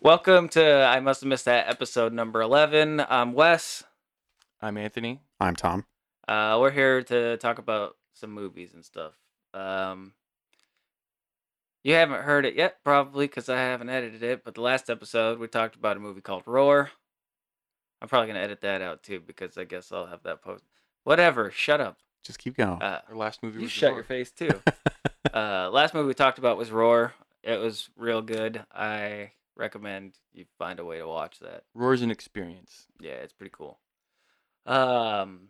Welcome to I must have missed that episode number eleven. I'm Wes. I'm Anthony. I'm Tom. Uh, we're here to talk about some movies and stuff. Um, you haven't heard it yet, probably, because I haven't edited it. But the last episode, we talked about a movie called Roar. I'm probably gonna edit that out too, because I guess I'll have that post. Whatever. Shut up. Just keep going. Uh, Our last Oh, movie you was shut Roar. your face too. uh, last movie we talked about was Roar. It was real good. I recommend you find a way to watch that. Roar's an experience. yeah, it's pretty cool. Um,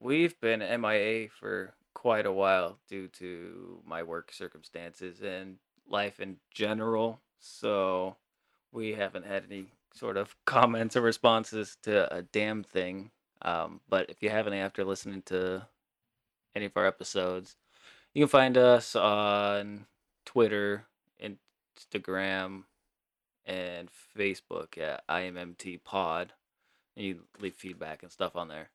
we've been MIA for quite a while due to my work circumstances and life in general. So we haven't had any sort of comments or responses to a damn thing. Um, but if you haven't, after listening to any of our episodes, you can find us on Twitter, Instagram, and Facebook at IMMT Pod. And you leave feedback and stuff on there.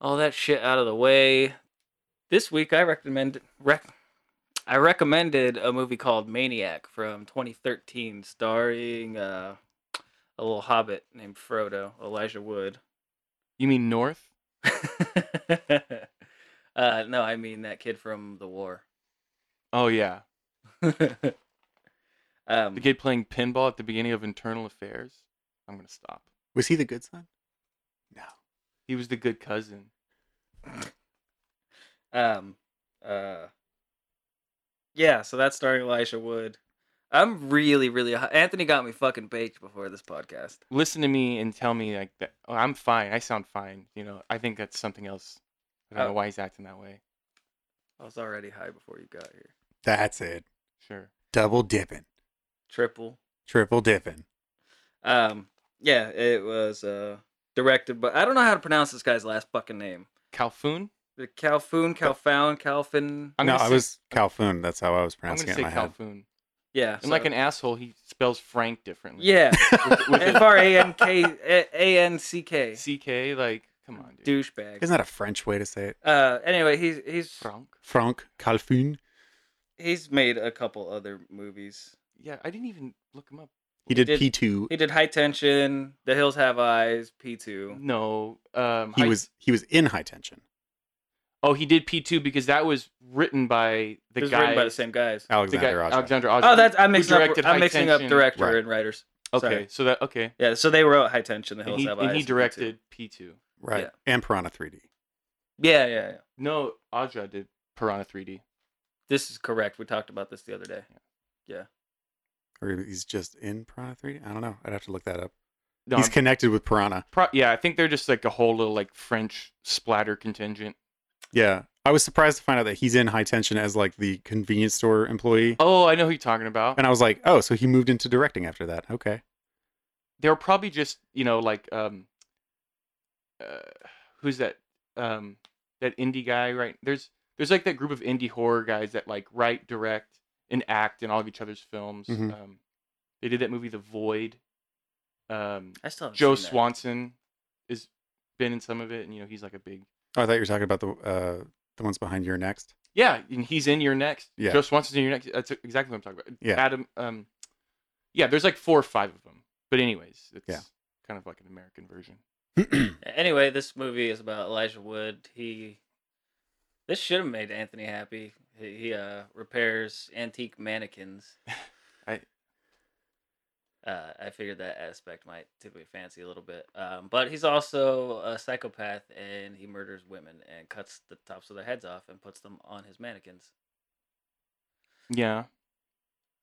All that shit out of the way. This week I recommend rec- I recommended a movie called Maniac from 2013, starring uh, a little hobbit named Frodo, Elijah Wood. You mean North? uh, no, I mean that kid from the war. Oh yeah, um, the Mm. kid playing pinball at the beginning of Internal Affairs. I'm gonna stop. Was he the good son? No. He was the good cousin. Um, uh, yeah, so that's starring Elisha Wood. I'm really, really. hi- Anthony got me fucking baked before this podcast. Listen to me and tell me like that. Oh, I'm fine. I sound fine. You know, I think that's something else. I don't Oh. know why he's acting that way. I was already high before you got here. That's it. Sure. Double dipping. Triple. Triple dipping. Um, yeah, it was uh directed, but I don't know how to pronounce this guy's last fucking name. Calhoun. The Calfoon, Calfound, Calfin. I'm no, gonna I say- was Calfoon. That's how I was I'm pronouncing gonna it in say my head. Calhoun. Yeah, And like so- an asshole, he spells Frank differently. yeah, With- with F a R A N K A N C K. CK. Like, come on, dude. Douchebag. Isn't that a French way to say it? Uh, anyway, he's he's Frank. Franck Calfoon. he's made a couple other movies. Yeah, I didn't even look him up. He did, did- P2. He did High Tension, The Hills Have Eyes, P2. No. Um, He I- was he was in high tension. Oh, he did P two because that was written by It the was guy. written by the same guys. the guy- Alexander Oja. Alexander Oz. Oh, that's I'm who mixing up. directed I'm High mixing Tension. up director Right. and writers. okay. sorry. So that okay. Yeah, so they wrote High Tension, The And Hills he, Have and Eyes. he P2. directed P two. Right. Yeah. And Piranha 3D. Yeah, yeah, yeah. No, Audra did Piranha three D. This is correct. We talked about this the other day. Or he's just in Piranha 3D? I don't know. I'd have to look that up. No, he's I'm- connected with Piranha. pro- yeah, I think they're just like a whole little like French splatter contingent. Yeah. I was surprised to find out that he's in high tension as like the convenience store employee. Oh, I know who you're talking about. And I was like, oh, so he moved into directing after that. Okay. they were probably just you know like um, uh, who's that um that indie guy right? There's there's like that group of indie horror guys that like write, direct, and act in all of each other's films. Mhm. Um, they did that movie The Void. Um, I still haven't Joe seen that. Swanson is been in some of it, and you know he's like a big Oh, I thought you were talking about the uh, the ones behind your next. yeah, and he's in your next. Yeah. Joe Swanson's in your next. That's exactly what I'm talking about. Yeah. Adam. Um, yeah, there's like four or five of them, but anyways, it's Yeah. kind of like an American version. Anyway, this movie is about Elijah Wood. He this should have made Anthony happy. He, he uh repairs antique mannequins. I- uh, I figured that aspect might tip my fancy a little bit. Um, but he's also a psychopath, and he murders women and cuts the tops of their heads off and puts them on his mannequins. Yeah,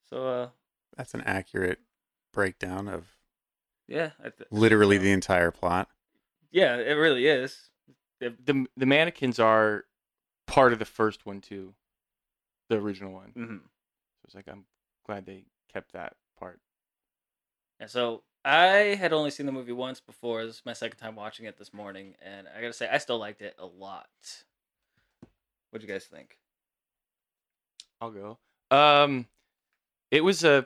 So uh, That's an accurate breakdown of yeah, I th- literally so- the entire plot. yeah, it really is. the the mannequins are part of the first one too, the original one. Mm. So hmm it's like I'm glad they kept that part. And so I had only seen the movie once before. This is my second time watching it this morning, and I gotta say I still liked it a lot. What'd you guys think? I'll go. Um, it was a.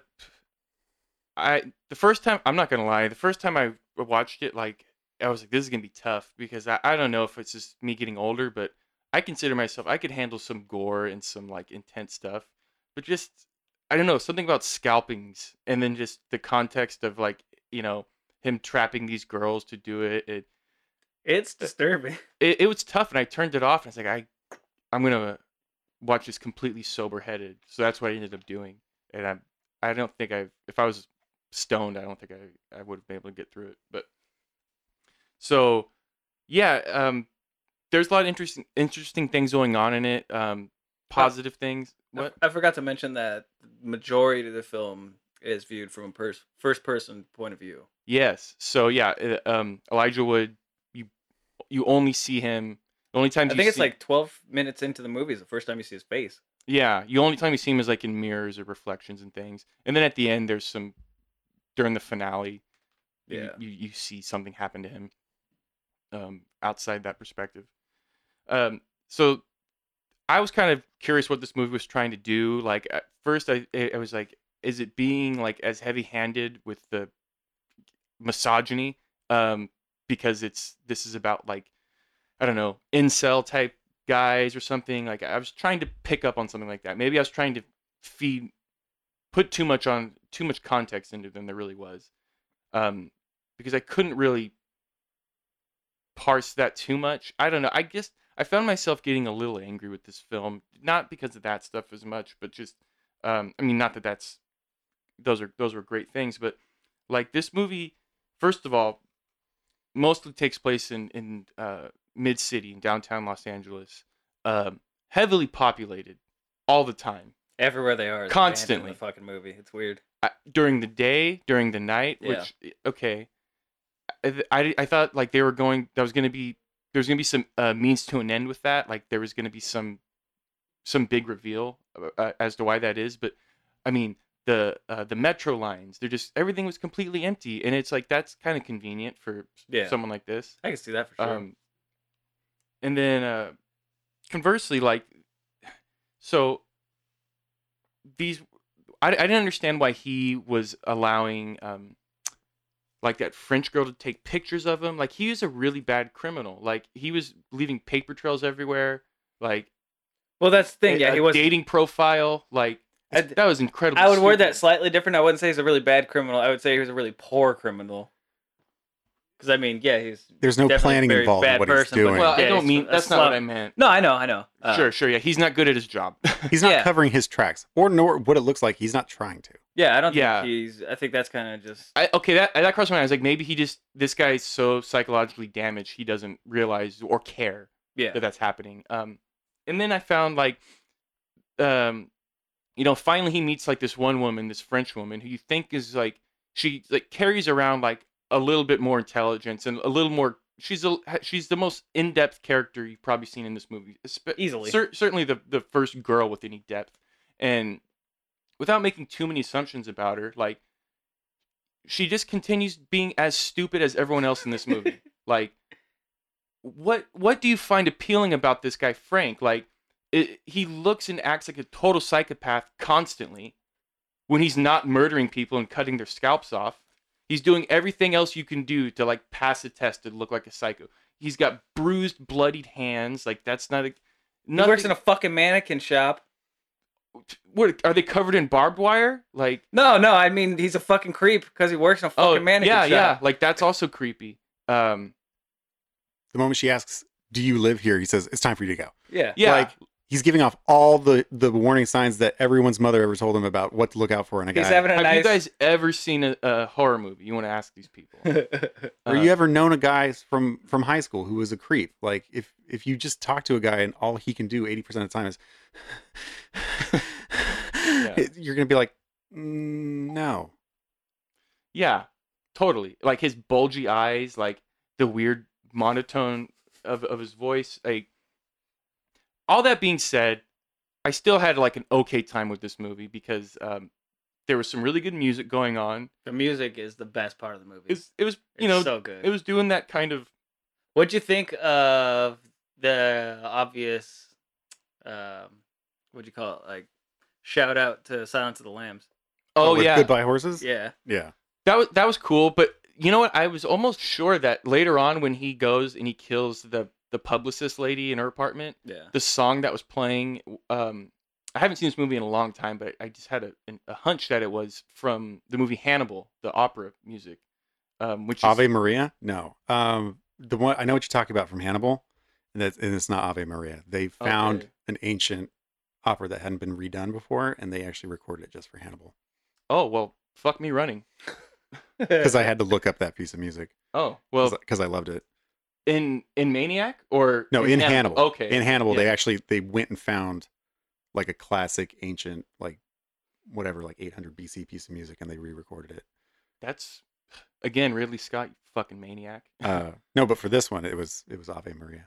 I the first time I'm not gonna lie. The first time I watched it, like I was like, this is gonna be tough because I I don't know if it's just me getting older, but I consider myself I could handle some gore and some like intense stuff, but just I don't know something about scalpings, and then just the context of like you know him trapping these girls to do it. It It's Uh, disturbing. it, it was tough, and I turned it off. And I was like, I I'm gonna watch this completely sober headed. So that's what I ended up doing. And I I don't think I if I was stoned, I don't think I I would have been able to get through it. But so yeah, um, there's a lot of interesting interesting things going on in it. Um, positive things. I- What? I forgot to mention that the majority of the film is viewed from a pers- first person point of view. Yes. So yeah, uh, um, Elijah Wood. You you only see him. The only time I think it's see, like 12 minutes into the movie is the first time you see his face. yeah. You only time you see him is like in mirrors or reflections and things. And then at the end, there's some during the finale. you- Yeah. You, you see something happen to him. Um, outside that perspective. Um, so I was kind of curious what this movie was trying to do. Like at first, I I I was like, is it being like as heavy-handed with the misogyny? Um, because it's this is about like I don't know incel type guys or something. Like I was trying to pick up on something like that. Maybe I was trying to feed put too much on too much context into them there really was. Um, because I couldn't really parse that too much. I don't know. I guess I found myself getting a little angry with this film, not because of that stuff as much, but just um, I mean, not that that's those are those were great things, but like this movie, first of all, mostly takes place in in uh, mid city in downtown Los Angeles, um, heavily populated all the time. Everywhere they are, is abandoned in Constantly. the fucking movie. It's weird. I- during the day, during the night, Yeah. which eh, okay, I, th- I, I thought like they were going that was gonna be there's gonna be some uh, means to an end with that like there was gonna be some some big reveal uh, uh, as to why that is, but I mean the uh, the metro lines they're just everything was completely empty and it's like that's kind of convenient for s- Yeah. someone like this. I can see that for sure. Um, and then uh, conversely, like, so these, I, I didn't understand why he was allowing, um, like that French girl to take pictures of him. Like he was a really bad criminal. Like he was leaving paper trails everywhere. Like well, that's the thing. Yeah, a he was. dating profile. Like I- that was incredible. I would word that slightly different. I wouldn't say he's a really bad criminal. I would say he was a really poor criminal. Because I mean, yeah, he's There's no Definitely planning very involved in bad what person, but he's doing. Well, Yeah, I don't he's mean a that's not what slut. I meant. no, I know, I know. Uh, sure, sure, yeah. He's not good at his job. he's not yeah. covering his tracks, or nor what it looks like he's not trying to. Yeah, I don't Yeah. think he's. I think that's kind of just. I, okay, that that crossed my mind. I was like, maybe he just this guy is so psychologically damaged he doesn't realize or care yeah, that that's happening. Um, and then I found like, um, you know, finally he meets like this one woman, this French woman who you think is like she like carries around like a little bit more intelligence and a little more. She's a she's the most in depth character you've probably seen in this movie, espe- Easily. Uh, Cer- certainly the the first girl with any depth, and without making too many assumptions about her, like she just continues being as stupid as everyone else in this movie. like what what do you find appealing about this guy Frank? Like it, he looks and acts like a total psychopath constantly when he's not murdering people and cutting their scalps off. He's doing everything else you can do to like pass a test to look like a psycho. He's got bruised, bloodied hands. Like that's not a. he works in a fucking mannequin shop. what are they covered in barbed wire? Like No, no, I mean he's a fucking creep because he works in a fucking oh mannequin yeah shop. yeah like that's also creepy. Um The moment she asks, "Do you live here?" he says, "It's time for you to go." yeah, yeah Like he's giving off all the the warning signs that everyone's mother ever told him about what to look out for in a guy. He's having a Have nice. you guys ever seen a, a horror movie? You want to ask these people. or Uh, you ever known a guy from from high school who was a creep? Like if if you just talk to a guy and all he can do eighty percent of the time is, it- you're gonna be like, "Mm, no, yeah, totally. Like his bulgy eyes, like the weird monotone of, of his voice. Like all that being said, I still had like an okay time with this movie because um, there was some really good music going on. the music is the best part of the movie. It was, it was It's you know, so good. it was doing that kind of What'd you think of the obvious? Um, what'd you call it? Like shout out to Silence of the Lambs. oh with yeah, goodbye horses." Yeah, yeah. That was that was cool, but you know what? I was almost sure that later on when he goes and he kills the the publicist lady in her apartment, yeah. the song that was playing um I haven't seen this movie in a long time, but I just had a, an- a hunch that it was from the movie Hannibal, the opera music, um, which is, Ave Maria? No. Um, the one I know what you're talking about from Hannibal, and that's and it's not Ave Maria. They found Okay. an ancient opera that hadn't been redone before, and they actually recorded it just for Hannibal oh well, fuck me running. because I had to look up that piece of music Oh Eh. well, because I loved it. in in Maniac or No, in Hannibal. Okay, In Hannibal, they yeah. actually they went and found like a classic ancient like whatever like 800 BC piece of music, and they re-recorded it. that's again Ridley Scott, you fucking maniac. Uh, no, but for this one, it was it was Ave Maria.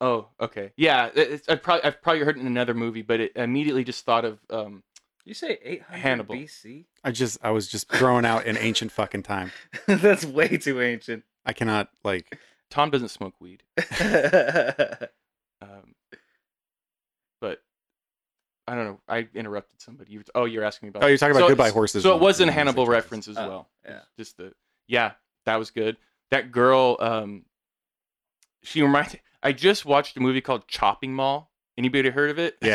Oh, okay. Yeah, it- it's, I probably I've probably heard it in another movie, but it I immediately just thought of um You say 800 Hannibal. BC? I just I was just throwing out an ancient fucking time. That's way too ancient. I cannot like Tom doesn't smoke weed. Um but I don't know. I interrupted somebody. You, oh, you're asking me about. Oh, you're talking about so- Goodbye Horses So it and- was and an Music Hannibal Journals. reference as Oh, well. yeah. It's Just the yeah, that was good. That girl, um, she reminded. I just watched a movie called Chopping Mall. Anybody heard of it?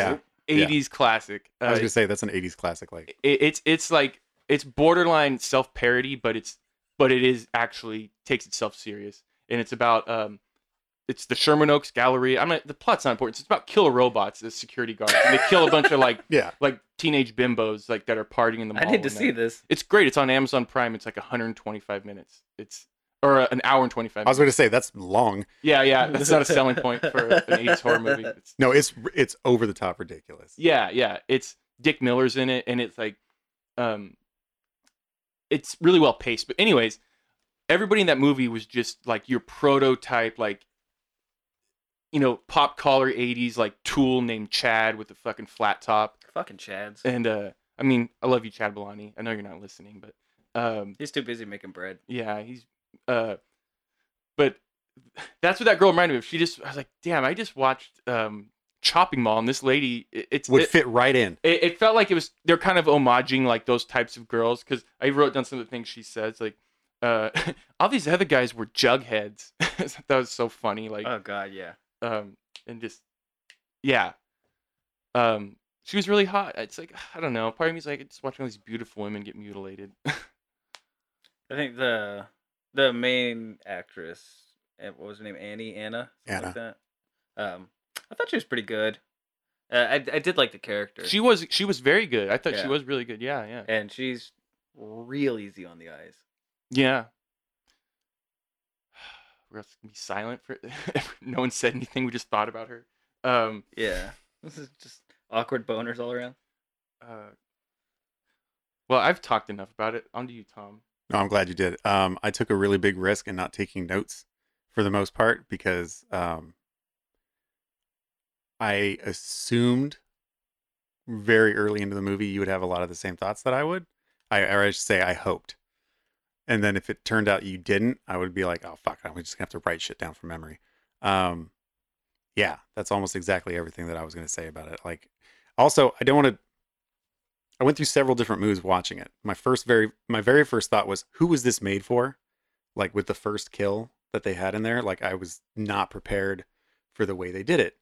Yeah, yeah. 80s classic. I was Uh, gonna say that's an '80s classic. Like, it, it's it's like it's borderline self parody, but it's but it is actually takes itself serious, and it's about um, it's the Sherman Oaks Gallery. I'm not the plot's not important. It's about killer robots as security guards, and they kill a bunch of like yeah, like teenage bimbos like that are partying in the mall. I need to one see night. this. It's great. It's on Amazon Prime. It's like 125 minutes. It's or uh, an hour and 25. I was Minutes. gonna say that's long. Yeah, yeah. That's not a selling point for an 80s horror movie. It's No, it's it's over the top ridiculous. Yeah, yeah. It's Dick Miller's in it, and it's like, um, it's really well paced. But anyways, everybody in that movie was just like your prototype, like, you know, pop collar '80s like tool named Chad with the fucking flat top. Fucking Chads. And uh, I mean, I love you, Chad Bellani. I know you're not listening, but um, He's too busy making bread. yeah, he's uh but that's what that girl reminded me of. She just I was like, damn, I just watched um Chopping Mall and this lady it, it's Would it, fit right in. it, it felt like it was they're kind of homaging like those types of girls because I wrote down some of the things she says like uh all these other guys were jugheads. that was so funny like Oh god, yeah. um and just yeah um she was really hot. It's like I don't know. Part of me's like just watching all these beautiful women get mutilated. I think the the main actress, eh, what was her name? Annie, Anna, something Like that. Um, I thought she was pretty good. Uh, I I did like the character. She was she was very good. I thought Yeah. she was really good. Yeah, yeah. and she's real easy on the eyes. Yeah. We're just gonna be silent for no one said anything. We just thought about her. Um Yeah, this is just awkward boners all around. uh, Well, I've talked enough about it. On to you, Tom. No, I'm glad you did. Um, I took a really big risk in not taking notes for the most part because um, I assumed very early into the movie you would have a lot of the same thoughts that I would. I, or I should say, I hoped. And then if it turned out you didn't, I would be like, oh, fuck, I'm just going to have to write shit down from memory. Um, yeah, that's almost exactly everything that I was going to say about it. Like, also, I don't want to I went through several different moves watching it. My first very my very first thought was who was this made for? Like with the first kill that they had in there, like I was not prepared for the way they did it.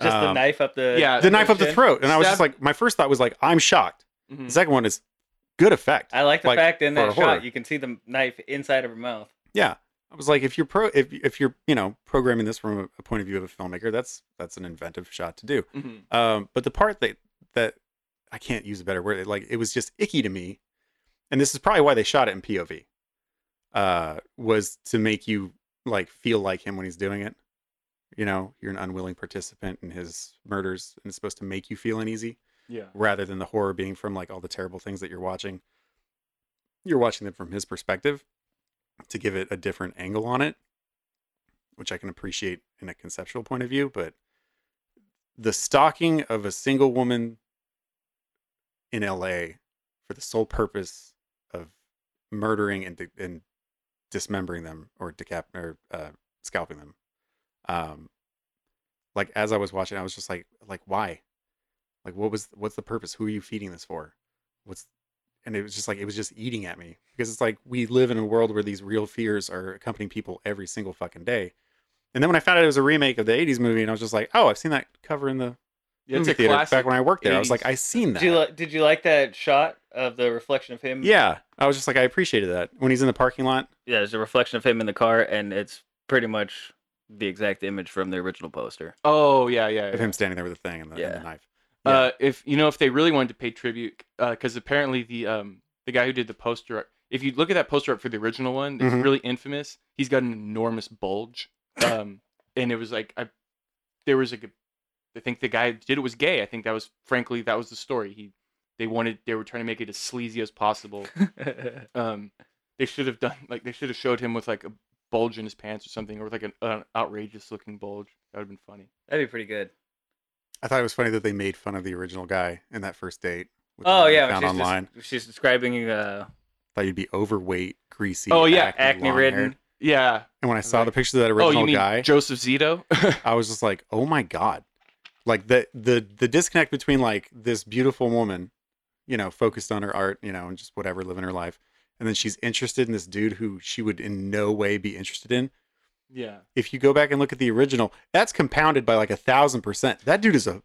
Just the Um, knife up the yeah, The knife up the chin. throat. And I was just Stab- like my first thought was like I'm shocked. Mhm. The second one is good effect. I like the like, fact in for that a horror. shot you can see the knife inside of her mouth. Yeah. I was like if you're pro if if you're, you know, programming this from a- a point of view of a filmmaker, that's that's an inventive shot to do. Mhm. Um, but the part that that I can't use a better word, like it was just icky to me, and this is probably why they shot it in POV, uh, was to make you like feel like him when he's doing it. You know, you're an unwilling participant in his murders, and it's supposed to make you feel uneasy Yeah. rather than the horror being from like all the terrible things that you're watching. You're watching them from his perspective to give it a different angle on it, which I can appreciate in a conceptual point of view. But the stalking of a single woman in LA for the sole purpose of murdering and, di- and dismembering them or decap or uh, scalping them. Um, like as I was watching, I was just like, like why? like what was what's the purpose who are you feeding this for what's and it was just like it was just eating at me because it's like we live in a world where these real fears are accompanying people every single fucking day and then when i found out it was a remake of the 80s movie and i was just like oh i've seen that cover in the Yeah, it's movie a theater classic. back when I worked there. I was 80s. like, I seen that. Did you, li- did you like that shot of the reflection of him? yeah, I was just like, I appreciated that when he's in the parking lot. Yeah, there's a reflection of him in the car, and it's pretty much the exact image from the original poster. oh yeah, yeah. of yeah. him standing there with the thing and the, and Yeah. the knife. Uh, if you know if they really wanted to pay tribute, because apparently the um the guy who did the poster art, if you look at that poster art for the original one, it's Mhm. really infamous. He's got an enormous bulge, um, and it was like I, there was like a, I think the guy who did it was gay. I think that was frankly that was the story. He, they wanted they were trying to make it as sleazy as possible. Um, they should have done like they should have showed him with like a bulge in his pants or something, or with like an, an outrageous looking bulge. That would have been funny. That'd be pretty good. I thought it was funny that they made fun of the original guy in that first date. with the Oh one they yeah, when found she's, des- online. she's describing uh, Thought you'd be overweight, greasy. Oh, yeah, acne long-haired. ridden. Yeah. And when I saw like, the pictures of that original oh, you mean guy, Joseph Zito? I was just like, oh my god, like the the the disconnect between like this beautiful woman, you know, focused on her art, you know, and just whatever, living her life, and then she's interested in this dude who she would in no way be interested in. yeah. If you go back and look at the original, that's compounded by like a thousand percent. That dude is a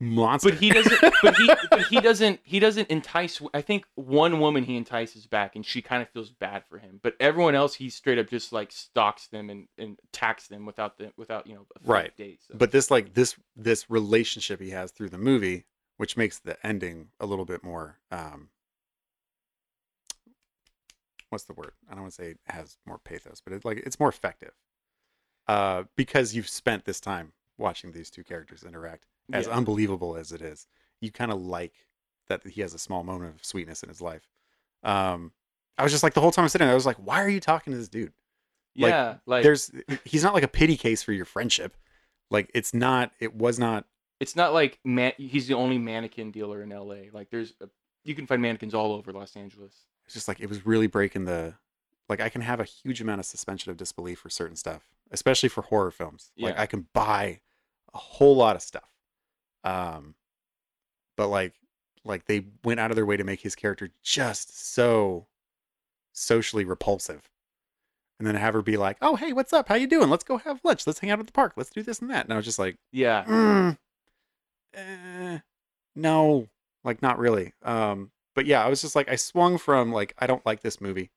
monster. But he doesn't. But he. But he doesn't. He doesn't entice. I think one woman he entices back, and she kind of feels bad for him. But everyone else, he straight up just like stalks them and, and attacks them without the without you know a fake Right. date. So. but this like this this relationship he has through the movie which makes the ending a little bit more um what's the word i don't want to say it has more pathos but it's like it's more effective uh because you've spent this time watching these two characters interact as Yeah. unbelievable as it is you kind of like that he has a small moment of sweetness in his life um i was just like the whole time i'm sitting there i was like why are you talking to this dude like, yeah, like, there's he's not like a pity case for your friendship like it's not it was not it's not like man. He's the only mannequin dealer in L.A. Like there's a, you can find mannequins all over Los Angeles. it's just like it was really breaking the like i can have a huge amount of suspension of disbelief for certain stuff especially for horror films like Yeah. i can buy a whole lot of stuff um but like like they went out of their way to make his character just so socially repulsive and then have her be like oh hey what's up how you doing let's go have lunch let's hang out at the park let's do this and that and i was just like Yeah. Mm, eh, no, like not really. Um, but yeah, I was just like I swung from like I don't like this movie.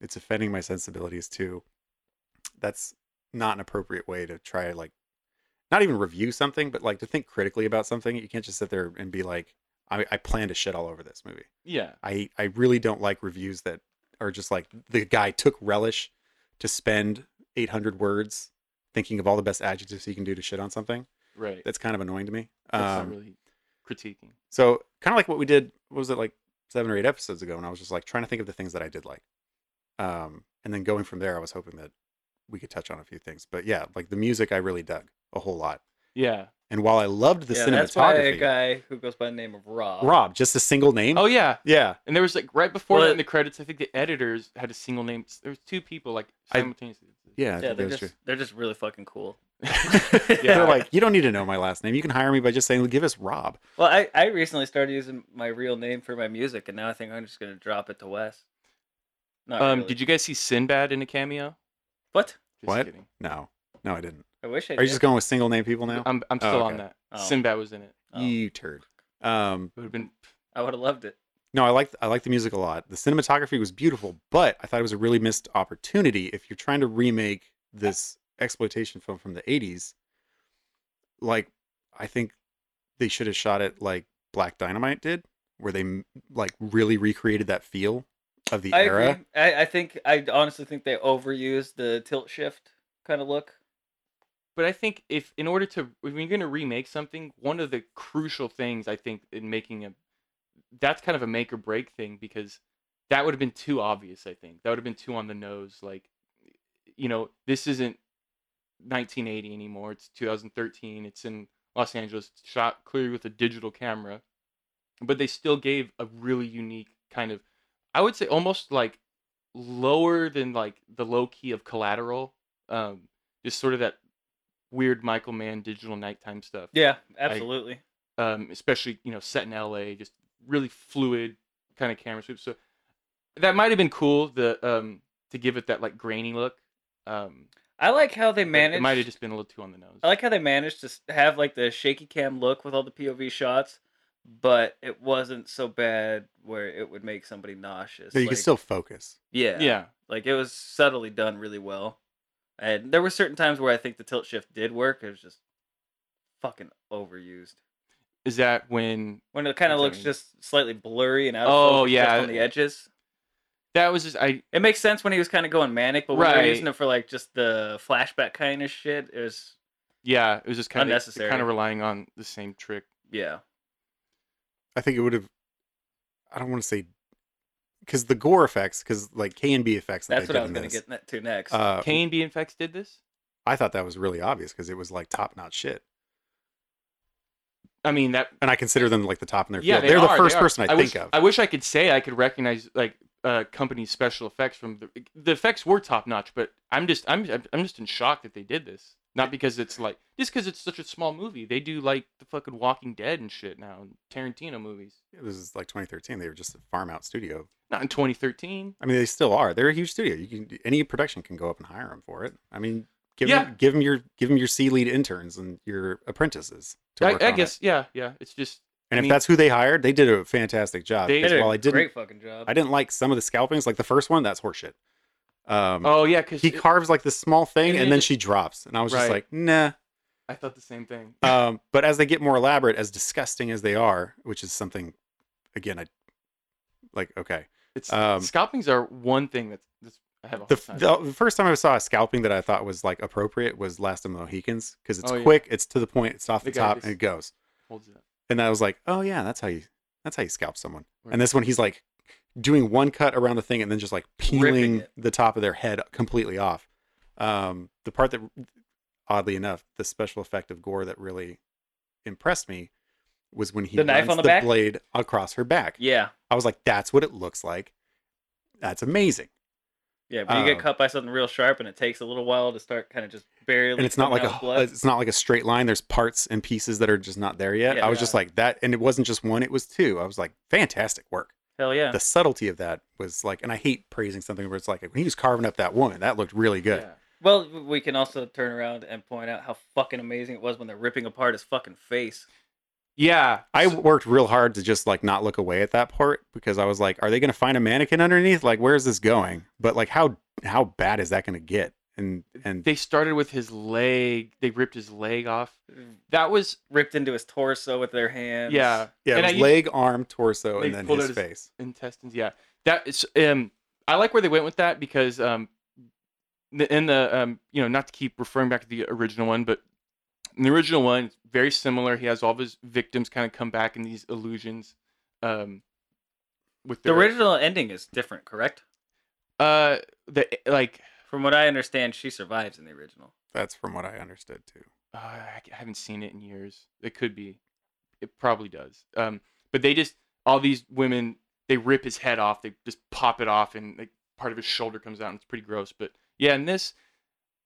It's offending my sensibilities too. That's not an appropriate way to try like not even review something, but like to think critically about something. You can't just sit there and be like, I, I plan to shit all over this movie. Yeah. I I really don't like reviews that are just like the guy took relish to spend 800 words thinking of all the best adjectives he can do to shit on something Right. that's kind of annoying to me. That's not Um, really critiquing. So kind of like what we did, what was it like seven or eight episodes ago? And I was just like trying to think of the things that I did like, um, and then going from there, I was hoping that we could touch on a few things. But yeah, like the music, I really dug a whole lot. Yeah. And while I loved the yeah, that's why a cinematography, guy who goes by the name of Rob. Rob, just a single name. Oh yeah. yeah, And there was like right before Well, that in the credits, I think the editors had a single name. There was two people like I- simultaneously. yeah, I Yeah, think that they're was just true. they're just really fucking cool. They're like, you don't need to know my last name. You can hire me by just saying, give us Rob. Well, I, I recently started using my real name for my music, and now I think I'm just gonna drop it to Wes. Not Um, really. did you guys see Sinbad in a cameo? What? Just What? kidding. No, no, I didn't. I wish I. Are you just going with single name people now? I'm I'm Oh, still okay. on that. Oh. Sinbad was in it. Oh. You turd. Um, It would have been I would have loved it. No, I like I like the music a lot. The cinematography was beautiful, but I thought it was a really missed opportunity. If you're trying to remake this exploitation film from the '80s, like I think they should have shot it like Black Dynamite did, where they m- like really recreated that feel of the I era. agree. I, I think I honestly think they overused the tilt shift kind of look. but I think if in order to when you're gonna remake something, one of the crucial things I think in making a that's kind of a make or break thing because that would have been too obvious, I think. That would have been too on the nose, like you know, this isn't nineteen eighty anymore, it's two thousand thirteen, it's in Los Angeles, it's shot clearly with a digital camera. But they still gave a really unique kind of I would say almost like lower than like the low key of collateral. Um just sort of that weird Michael Mann digital nighttime stuff. Yeah, absolutely. Um, especially you know set in LA, just really fluid kind of camera sweep. So that might have been cool. The um to give it that like grainy look. Um, I like how they But managed. It might have just been a little too on the nose. I like how they managed to s- have like the shaky cam look with all the POV shots, but it wasn't so bad where it would make somebody nauseous. So you like, can still focus. yeah, yeah. Like it was subtly done really well, and there were certain times where I think the tilt shift did work. It was just fucking overused Is that when when it kind of looks What's that mean? just slightly blurry and out. Of Oh, focus just yeah. on the edges. that was just I It makes sense when he was kind of going manic, but when they were Right. using it for like just the flashback kind of shit, it was yeah, it was just kind of Unnecessary. kind of relying on the same trick. yeah, I think it would have. I don't want to say because the gore effects, because like K and B effects. That that's they what I was did in gonna this, get ne- to next. Uh, K and B infects did this? I thought that was really obvious because it was like top notch shit, I mean that and I consider them like the top in their yeah, field. they are are, the first they are. person I, think wish, of. I wish I could say I could recognize like uh company's special effects from the the effects were top notch, but I'm just I'm I'm just in shock that they did this. Not because it's like just because it's such a small movie. They do like the fucking Walking Dead and shit now, and Tarantino movies. Yeah, this is like 2013. They were just a farm out studio. Not in 2013. I mean, they still are. They're a huge studio. You can any production can go up and hire them for it. I mean, give Yeah. them, give 'em your give 'em your C lead interns and your apprentices. To I, work I on it. guess yeah, yeah. It's just And I if mean- that's who they hired, they did a fantastic job. They They because did a while I didn't, great fucking job. I didn't like some of the scalpings, like the first one, that's horseshit. Um, oh yeah, because he carves like this small thing, and and, it then just- she drops, and I was just Right. like, nah. I thought the same thing. Um, but as they get more elaborate, as disgusting as they are, which is something, again, I like. Okay, It's Um, scalpings are one thing that's, that's I have a the, hard time. the, the first time I saw a scalping that I thought was like appropriate was Last of the Mohicans because it's Oh, yeah. quick, it's to the point, it's off The the, guy top, just- and it goes. holds it up. And I was like, oh yeah, that's how you that's how you scalp someone. Right. And this one, he's like doing one cut around the thing and then just like peeling it. the top of their head completely off. Um, the part that, oddly enough, the special effect of gore that really impressed me was when he The knife runs on the back? blade across her back. yeah, I was like, that's what it looks like. That's amazing. yeah, but you get Uh, cut by something real sharp, and it takes a little while to start kind of just barely. and it's not coming like out with a blood. it's not like a straight line. There's parts and pieces that are just not there yet. Yeah. I was just like that, and it wasn't just one; it was two. I was like, fantastic work. hell yeah. The subtlety of that was like, and I hate praising something where it's like when he was carving up that woman, that looked really good. Yeah. Well, we can also turn around and point out how fucking amazing it was when they're ripping apart his fucking face. Yeah, I so- worked real hard to just like not look away at that part because I was like, are they going to find a mannequin underneath? Like, where is this going? But like, how how bad is that going to get? And and they started with his leg. They ripped his leg off. That was Ripped into his torso with their hands. yeah, yeah, it and was I used- leg, arm, torso, They and then pulled his out his- face. intestines. Yeah, that is um. I like where they went with that because um, the- in the um, you know, not to keep referring back to the original one, but in the original one, it's very similar. He has all of his victims kind of come back in these illusions. Um, with The their, original ending is different, correct? uh, the like From what I understand, she survives in the original. That's from what I understood too. uh, I c- I haven't seen it in years. It could be. It probably does. Um, but they just all these women they rip his head off. They just pop it off, and like part of his shoulder comes out, and it's pretty gross. But yeah, in this,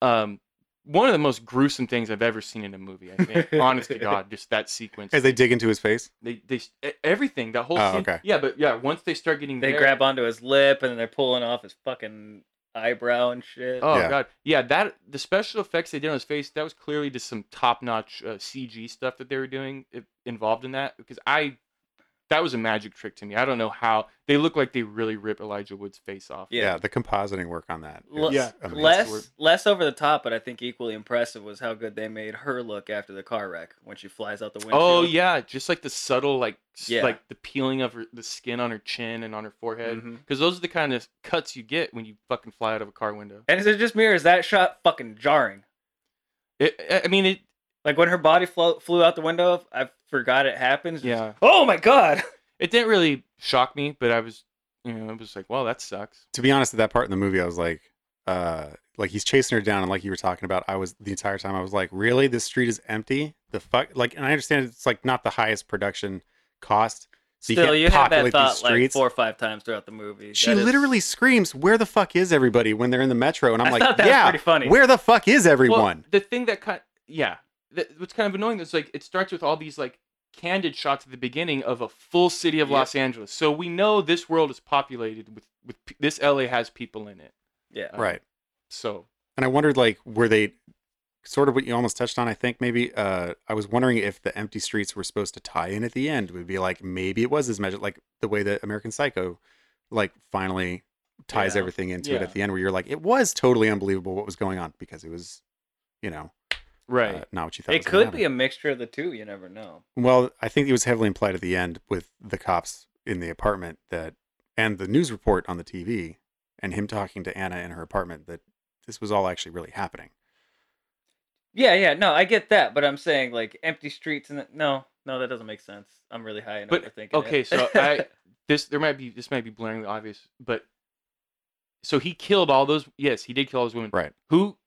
um, one of the most gruesome things I've ever seen in a movie. I think, honest to God, just that sequence. As they dig into his face, they, they s- e- everything that whole Oh, scene. okay. Yeah, but yeah, once they start getting They there- grab onto his lip and then they're pulling off his fucking eyebrow and shit. Oh Yeah. god, yeah. That the special effects they did on his face that was clearly just some top notch uh, CG stuff that they were doing i- involved in that because I that was a magic trick to me. I don't know how they look like they really rip Elijah Wood's face off. Yeah. yeah, the compositing work on that. Le- is Yeah. amazing. Less, less over the top, but I think equally impressive was how good they made her look after the car wreck when she flies out the window. Oh yeah, just like the subtle like s- Yeah. like the peeling of her, the skin on her chin and on her forehead Mm-hmm. because those are the kind of cuts you get when you fucking fly out of a car window. And is it just me or is that shot fucking jarring? It, I- I mean it. Like when her body flo- flew out the window, I forgot it happens. It's Yeah, Oh my god! it didn't really shock me, but I was you know I was like, well, that sucks. to be honest, at that part in the movie, I was like, uh, like he's chasing her down, and like you were talking about, I was the entire time I was like, really, this street is empty. The fuck, like, and I understand it's like not the highest production cost, so Still, you can't you have that populate these thought like streets. four or five times throughout the movie. she That is- literally screams, "Where the fuck is everybody?" when they're in the metro, and I'm I like, thought that was yeah, pretty funny. where the fuck is everyone? Well, the thing that kind, yeah, that, what's kind of annoying is like it starts with all these like candid shots at the beginning of a full city of Yep. Los Angeles. So we know this world is populated with with pe- this LA has people in it. yeah. Well- right. So and I wondered like were they sort of what you almost touched on I think maybe uh I was wondering if the empty streets were supposed to tie in at the end would be like maybe it was as measured like the way that American Psycho like finally ties Yeah. everything into it Yeah. at the end where you're like it was totally unbelievable what was going on because it was you know Right. uh, not what you thought It could be a mixture of the two. You never know. well I think it was heavily implied at the end with the cops in the apartment that and the news report on the TV and him talking to Anna in her apartment that this was all actually really happening Yeah, yeah. No, I get that, but I'm saying like empty streets and that, no, no, that doesn't make sense. I'm really high and But, overthinking. okay, it. so I- this there might be this might be blaringly obvious, but so he killed all those. Yes, he did kill all those women. right Who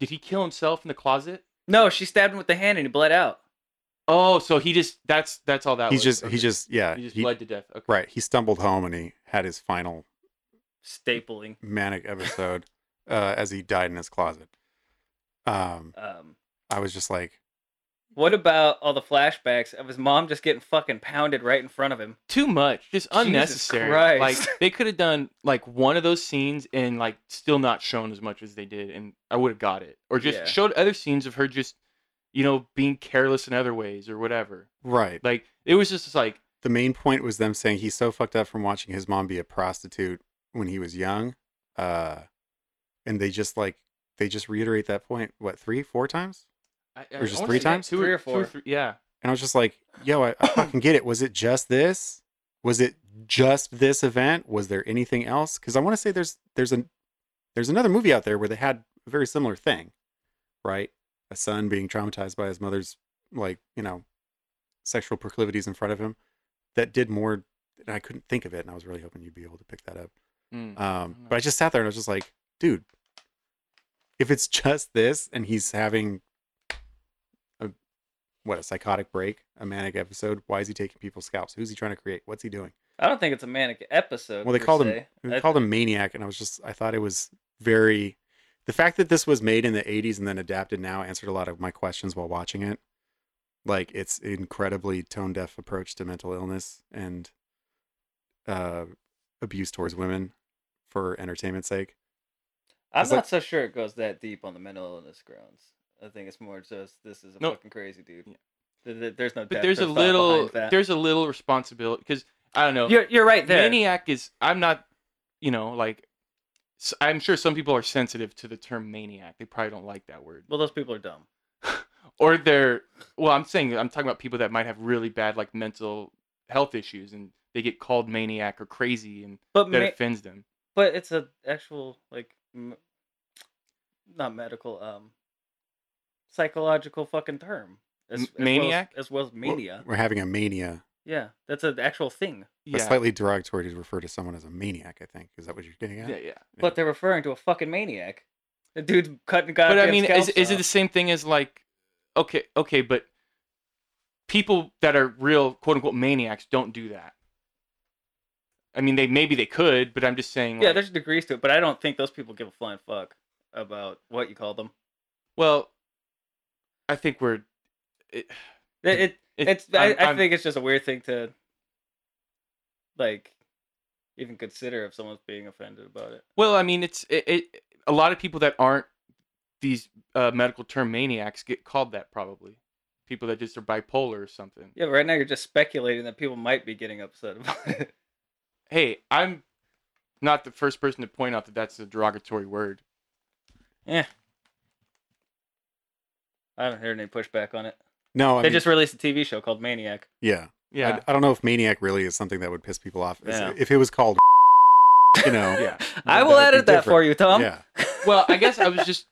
did he kill himself in the closet? no, she stabbed him with the hand and he bled out. Oh, so he just that's that's all that. he's was. just Okay. he just yeah he just he- bled to death. Okay. right he stumbled home and he had his final Stapling. manic episode uh, as he died in his closet um Um, i was just like what about all the flashbacks of his mom just getting fucking pounded right in front of him? Too much, just unnecessary. Christ. Like they could have done like one of those scenes and like still not shown as much as they did, and I would have got it. Or just Yeah. showed other scenes of her just, you know, being careless in other ways or whatever. right Like it was just like the main point was them saying he's so fucked up from watching his mom be a prostitute when he was young uh and they just like they just reiterate that point what three four times I, I Or just wanna three say that times? two Three or two four. three- yeah. and i was just like yo I, I fucking get it was it just this was it just this event was there anything else because i want to say there's there's an there's another movie out there where they had a very similar thing right a son being traumatized by his mother's like you know sexual proclivities in front of him that did more and i couldn't think of it and i was really hoping you'd be able to pick that up Mm. um, don't but I just sat there and I was just like, dude, if it's just this and he's having a what a psychotic break, a manic episode, why is he taking people's scalps? Who's he trying to create? What's he doing? I don't think it's a manic episode. Well, they per called him- se. They That- called him maniac, and I was just I thought it was very the fact that this was made in the 80s and then adapted now answered a lot of my questions while watching it. Like it's incredibly tone deaf approach to mental illness and uh abuse towards women for entertainment's sake. I'm It's like- not so sure it goes that deep on the mental illness grounds. I think it's more just this is a No. fucking crazy dude. Yeah. Th- th- There's no. But depth there's or a thought behind little that. there's a little responsibility because I don't know. You're you're right there. maniac is i'm not you know like s- i'm sure some people are sensitive to the term maniac they probably don't like that word Well, those people are dumb. or they're well i'm saying i'm talking about people that might have really bad like mental health issues and they get called maniac or crazy and But that ma- offends them but it's a actual like, m- not medical, um, psychological fucking term. well M- as- maniac? as well as, We're- mania. We're, having a mania. Yeah, that's an actual thing. yeah It's slightly derogatory to refer to someone as a maniac, I think. Is that what you're getting yeah at? yeah, But they're referring to a fucking maniac. The dude's cutting goddamn but i mean is, scalps is it off. the same thing as like okay okay but people that are real quote unquote maniacs don't do that i mean they maybe they could but i'm just saying Yeah, like, there's degrees to it, but I don't think those people give a flying fuck about what you call them. Well, I think we're. It, It, it it- it's I, I'm- I I'm- think it's just a weird thing to like even consider if someone's being offended about it. Well, I mean, it's it, it. A lot of people that aren't these uh, medical term maniacs get called that probably. People that just are bipolar or something. Yeah, but right now you're just speculating that people might be getting upset about it. Hey, I'm not the first person to point out that that's a derogatory word. I don't hear any pushback on it. No, I they mean, just released a TV show called Maniac. yeah. Yeah, I, I don't know if maniac really is something that would piss people off. It's- Yeah. If it was called, you know. yeah. I that will would be edit that for you, Tom. Yeah. Well, I guess I was just.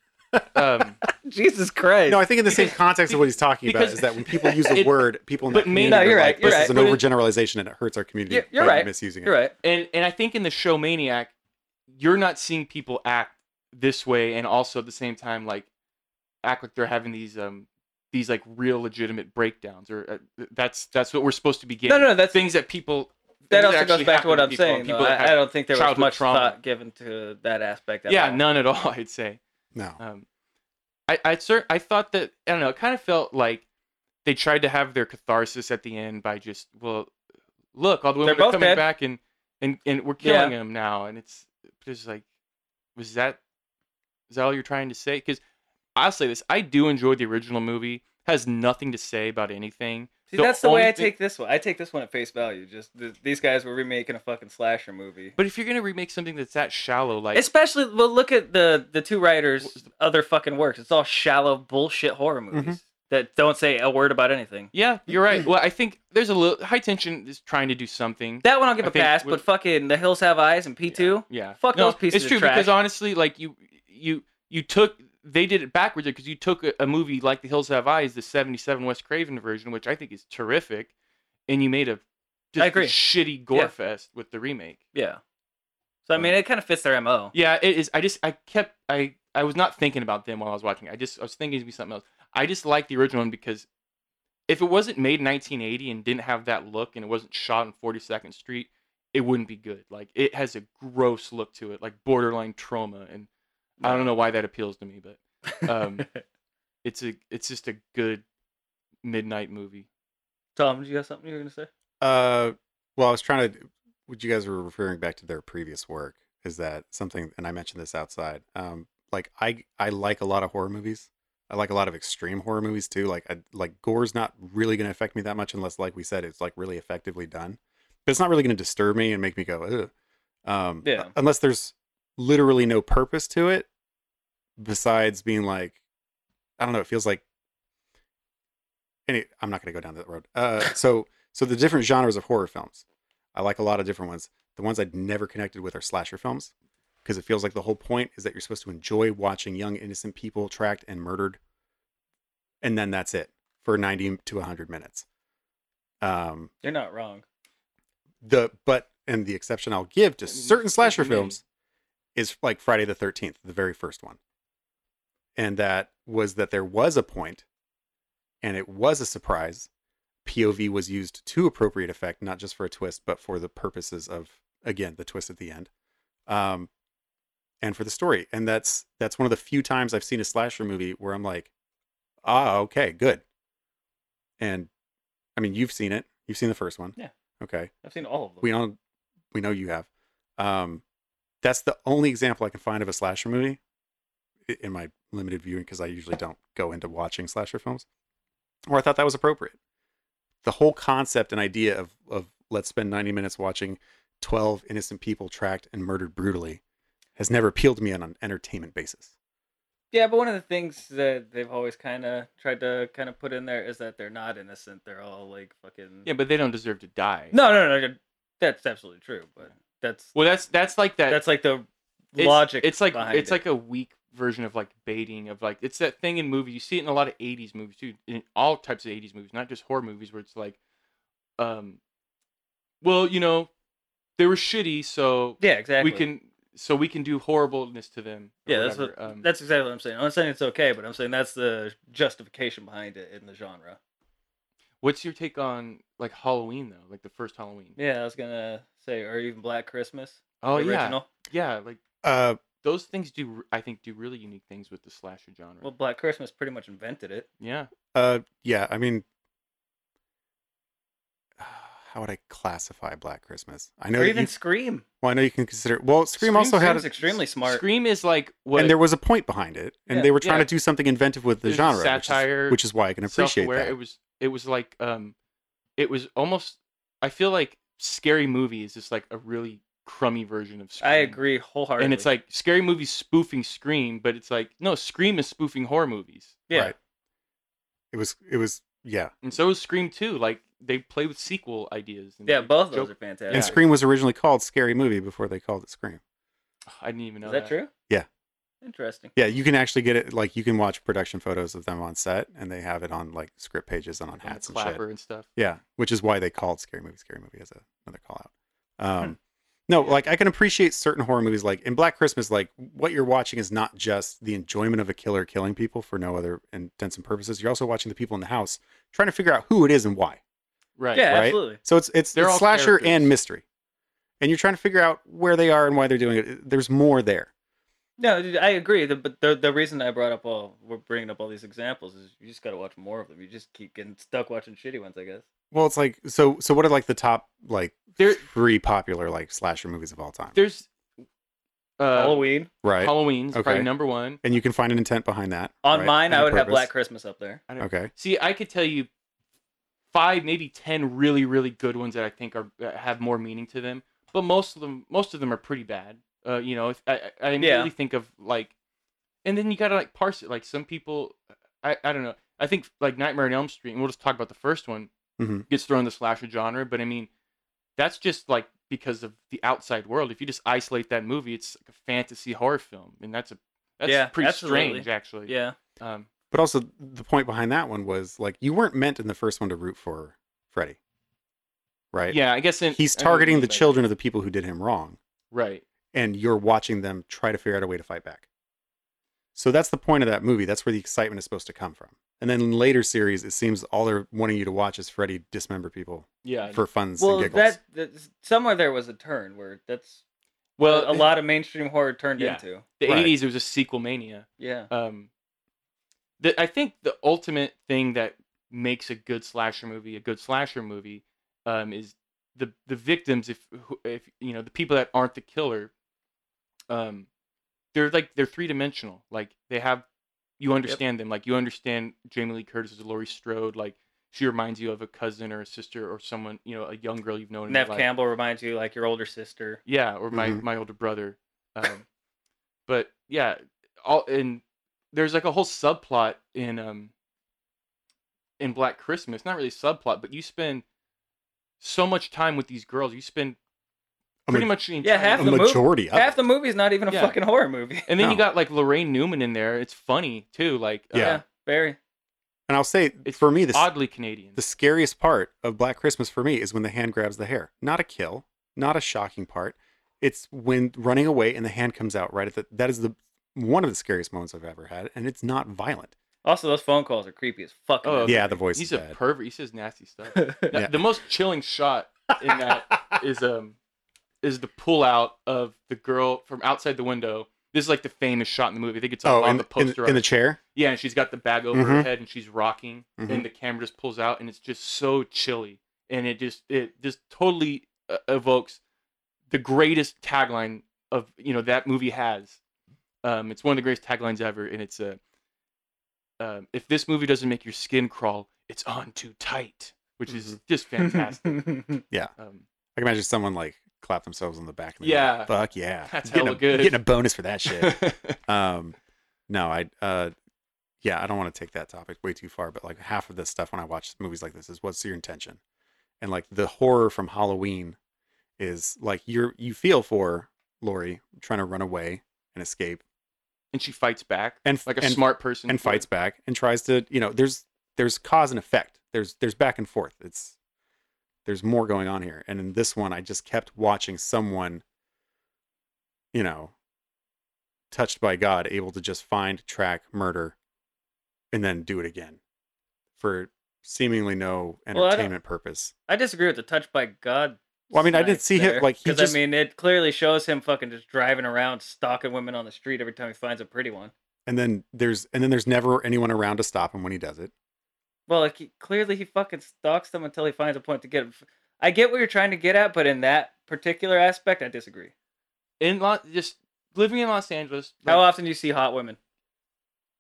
Um, Jesus Christ. No, I think in the same context of what he's talking about because- is that when people use a it- word, people in but that mani- community No, are you're like, right, you're this right. is an But it- overgeneralization and it hurts our community. You're- you're by right. Misusing it. you're right. and and I think in the show Maniac, you're not seeing people act this way, and also at the same time like act like they're having these um these like real legitimate breakdowns, or uh, th- that's that's what we're supposed to be getting. No, no, that's things that people that things also actually goes back to what I'm happen people, and saying. People though. that I, I have- don't think there was childhood much trauma. thought given to that aspect. At yeah, all. none at all. I'd say. No. Um, I I cer- I thought that I don't know. It kind of felt like they tried to have their catharsis at the end by just well, look, all the women They're are both coming dead. back and and and we're killing them now, and it's it's just like, was that Is that all you're trying to say? Because I'll say this: I do enjoy the original movie. Has nothing to say about anything. See, The that's the way only I thi- take this one. I take this one at face value. Just th- these guys were remaking a fucking slasher movie. But if you're gonna remake something that's that shallow, like Especially, well, look at the the two What was writers' other fucking works. It's all shallow bullshit horror Mm-hmm. movies that don't say a word about anything. yeah, you're right. Well, I think there's a little high tension is trying to do something. That one I'll give I a think pass, with- but fucking The Hills Have Eyes and P two. Yeah. Fuck those pieces It's of true because trash. honestly, like you, you, you took they did it backwards because you took a, a movie like The Hills Have Eyes, the '77 Wes Craven version, which I think is terrific, and you made a just I a agree. shitty gore Yeah. fest with the remake. Yeah. So I mean, it kind of fits their mo. Yeah, it is. I just I kept I I was not thinking about them while I was watching. I just I was thinking it'd be something else. I just like the original one because if it wasn't made in 1980 and didn't have that look and it wasn't shot in 42nd Street, it wouldn't be good. Like it has a gross look to it, like borderline trauma, and I don't know why that appeals to me, but um, it's a it's just a good midnight movie. Tom, did you have something you were gonna say? Uh, well, I was trying to. What you guys were referring back to their previous work is that something, and I mentioned this outside. Um, like I, I like a lot of horror movies. I like a lot of extreme horror movies too. Like, I, like gore's not really going to affect me that much unless, like we said, it's like really effectively done. But it's not really going to disturb me and make me go, Ugh. um, Yeah. Unless there's literally no purpose to it, besides being like, I don't know. It feels like. Any, I'm not going to go down that road. Uh, so so the different genres of horror films. I like a lot of different ones. The ones I'd never connected with are slasher films because it feels like the whole point is that you're supposed to enjoy watching young innocent people tracked and murdered and then that's it for 90 to 100 minutes. Um You're not wrong. the but and the exception I'll give to I mean, certain slasher you may. films is like Friday the 13th, the very first one. And that was that there was a point and it was a surprise. POV was used to appropriate effect, not just for a twist, but for the purposes of again, the twist at the end. Um and for the story. And that's that's one of the few times I've seen a slasher movie where I'm like, "Ah, okay, good." And I mean, you've seen it. You've seen the first one. Yeah. Okay I've seen all of them. we all we know you have. Um, that's the only example I can find of a slasher movie i- in my limited viewing because I usually don't go into watching slasher films. Or I thought that was appropriate. The whole concept and idea of of let's spend ninety minutes watching twelve innocent people tracked and murdered brutally has never appealed to me on an entertainment basis. Yeah, but one of the things that they've always kind of tried to kind of put in there is that they're not innocent. They're all like fucking. Yeah, but they don't deserve to die. No, no, no. That's absolutely true. But that's Well, that's that's like that. that's like the it's- logic. It's like behind it's it. like a weak version of like baiting of like it's that thing in movies. You see it in a lot of '80s movies too, in all types of '80s movies, not just horror movies, where it's like, um, well, you know, they were shitty, so yeah, exactly. we can so we can do horribleness to them. or Yeah, that's what, whatever. Um, that's exactly what I'm saying. I'm not saying it's okay, but I'm saying that's the justification behind it in the genre. what's your take on like Halloween though, like the first Halloween? Yeah, I was gonna say, or even Black Christmas. oh the yeah, original. yeah, like Uh, those things do I think do really unique things with the slasher genre. Well, Black Christmas pretty much invented it. yeah, uh, yeah. I mean, how would I classify Black Christmas? I know or that even you, Scream. well, I know you can consider. Well, Scream, Scream also had Scream's extremely smart. Scream is like what and there was a point behind it, and Yeah, they were trying yeah. to do something inventive with the There's a genre, which, satire, is, which is why I can appreciate self-aware. that. It was it was like um, it was almost. I feel like scary movie is just like a really crummy version of Scream. I agree wholeheartedly. And it's like scary movies spoofing Scream, but it's like no, Scream is spoofing horror movies, yeah, Right. It was, it was, yeah. and so is Scream too. Like they play with sequel ideas. And yeah, like, both of those joke- are fantastic. And Scream was originally called Scary Movie before they called it Scream. Ugh, I didn't even know Is that true? Yeah. Interesting. Yeah, you can actually get it. Like you can watch production photos of them on set, and they have it on like script pages and on And the hats and shit. clapper and stuff. Yeah, which is why they called Scary Movie Scary Movie as a, another call out. Um, No, like I can appreciate certain horror movies, like in Black Christmas, like what you're watching is not just the enjoyment of a killer killing people for no other intents and purposes. You're also watching the people in the house trying to figure out who it is and why. Right. Yeah, right? absolutely. So it's it's, They're it's all slasher characters. and mystery, and you're trying to figure out where they are and why they're doing it. There's more there. No, dude, I agree. The, but the the reason I brought up all we're bringing up all these examples is you just got to watch more of them. You just keep getting stuck watching shitty ones, I guess. Well, it's like so so. What are like the top like There- three popular like slasher movies of all time? There's Uh, Halloween. Right. Halloween's probably Okay. number one. and you can find an intent behind that. On right? mine, And I a would have purpose. Black Christmas up there. Okay. See, I could tell you five, maybe ten really, really good ones that I think are that have more meaning to them. But most of them, most of them are pretty bad. Uh, you know, if, I I I immediately think of like, and then you gotta like parse it. Like some people, I I don't know. I think like Nightmare on Elm Street, and we'll just talk about the first one. Mhm. Gets thrown in the slasher genre, but I mean, that's just like because of the outside world. If you just isolate that movie, it's like a fantasy horror film, and that's a that's Yeah, pretty absolutely. strange actually. Yeah. Um, But also, the point behind that one was like you weren't meant in the first one to root for Freddy, right? yeah, I guess in, He's I know what you targeting mean the by that. children of the people who did him wrong, Right. and you're watching them try to figure out a way to fight back. So that's the point of that movie. That's where the excitement is supposed to come from. And then in later series, it seems all they're wanting you to watch is Freddy dismember people Yeah. for funs Well, and that, giggles. that's- somewhere there was a turn where that's well, a lot of mainstream horror turned Yeah. into. the Right. 80s it was a sequel mania. Uh, Yeah. Um the, I think the ultimate thing that makes a good slasher movie a good slasher movie um is the the victims if who- if you know the people that aren't the killer um they're like they're three-dimensional. Like they have you understand them. Like you understand Jamie Lee Curtis as Laurie Strode like she reminds you of a cousin or a sister or someone, you know, a young girl you've known in your Nev life. Campbell reminds you like your older sister. Yeah, or my Mhm. my older brother. Um, but yeah, all and there's like a whole subplot in um in Black Christmas. Not really subplot, but you spend so much time with these girls. You spend A pretty ma- much the Yeah, entire half a the movie- majority of Half it. the movie's not even a Yeah. fucking horror movie. And then you No. got like Lorraine Newman in there. It's funny too. Like uh, Yeah. Very. and I'll say, It's for me, the, s- oddly Canadian. the scariest part of Black Christmas for me is when the hand grabs the hair. Not a kill, not a shocking part. It's when running away and the hand comes out right at the. That is the one of the scariest moments I've ever had, and it's not violent. Also, those phone calls are creepy as fucking. Oh, Yeah, the voice He's is a bad. pervert. He says nasty stuff. Now, Yeah. The most chilling shot in that is um is the pullout of the girl from outside the window. This is like the famous shot in the movie. I think it's oh, on in the the, in, poster. the, in the chair. yeah, and she's got the bag over her Mhm. head and she's rocking, Mhm. and the camera just pulls out, and it's just so chilly, and it just it just totally uh, evokes the greatest tagline of you know that movie has. Um, it's one of the greatest taglines ever, and it's a. Um, if this movie doesn't make your skin crawl, it's on too tight, which Mm-hmm. is just fantastic. Um, I can imagine someone like clap themselves on the back. And they're Yeah. like, fuck yeah, That's getting hella a, good. Getting a bonus for that shit. um, no, I. Uh, yeah, I don't want to take that topic way too far, but like half of this stuff when I watch movies like this is what's your intention, and like the horror from Halloween is like you're you feel for Lori trying to run away and escape and she fights back and like a and, smart person and fights back and tries to you know there's there's cause and effect there's there's back and forth it's there's more going on here and in this one i just kept watching someone you know touched by god able to just find track murder and then do it again for seemingly no I don't- entertainment purpose I disagree with the touch by God. Well, I mean, I didn't see him- like, he because just- I mean, it clearly shows him fucking just driving around stalking women on the street every time he finds a pretty one. and then there's and then there's never anyone around to stop him when he does it Well, like he, clearly he fucking stalks them until he finds a point to get him. I get what you're trying to get at, but in that particular aspect, I disagree. in Los, just living in Los Angeles. How like, often do you see hot women?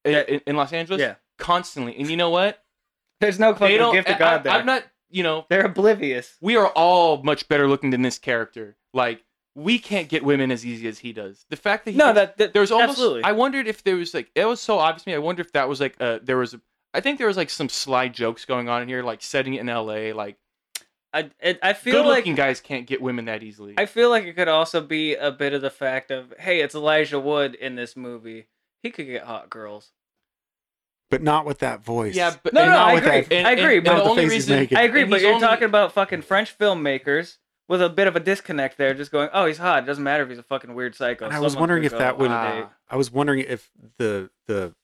in, in, in Los Angeles, Yeah. constantly. And you know what? There's no They fucking don't. gift I- of God there. I, am not. You know, They're oblivious. we are all much better looking than this character. Like we can't get women as easy as he does. The fact that he No, can- that, that there was almost. absolutely. I wondered if there was like it was so obvious to me. I wonder if that was like uh there was. A, I think there was like some sly jokes going on in here, like setting it in L.A. Like I, I, I feel like good-looking guys can't get women that easily. I feel like it could also be a bit of the fact of, hey, it's Elijah Wood in this movie. He could get hot girls. but not with that voice yeah, but No, and no, not I with agree. that- and- I and- agree, and but- the Not the only face he's reason making. I agree, and but he's you're only- talking about fucking French filmmakers with a bit of a disconnect there, just going, oh, he's hot. It doesn't matter if he's a fucking weird psycho. And I was Someone wondering could if go that on would. a Ah. date." I was wondering if the the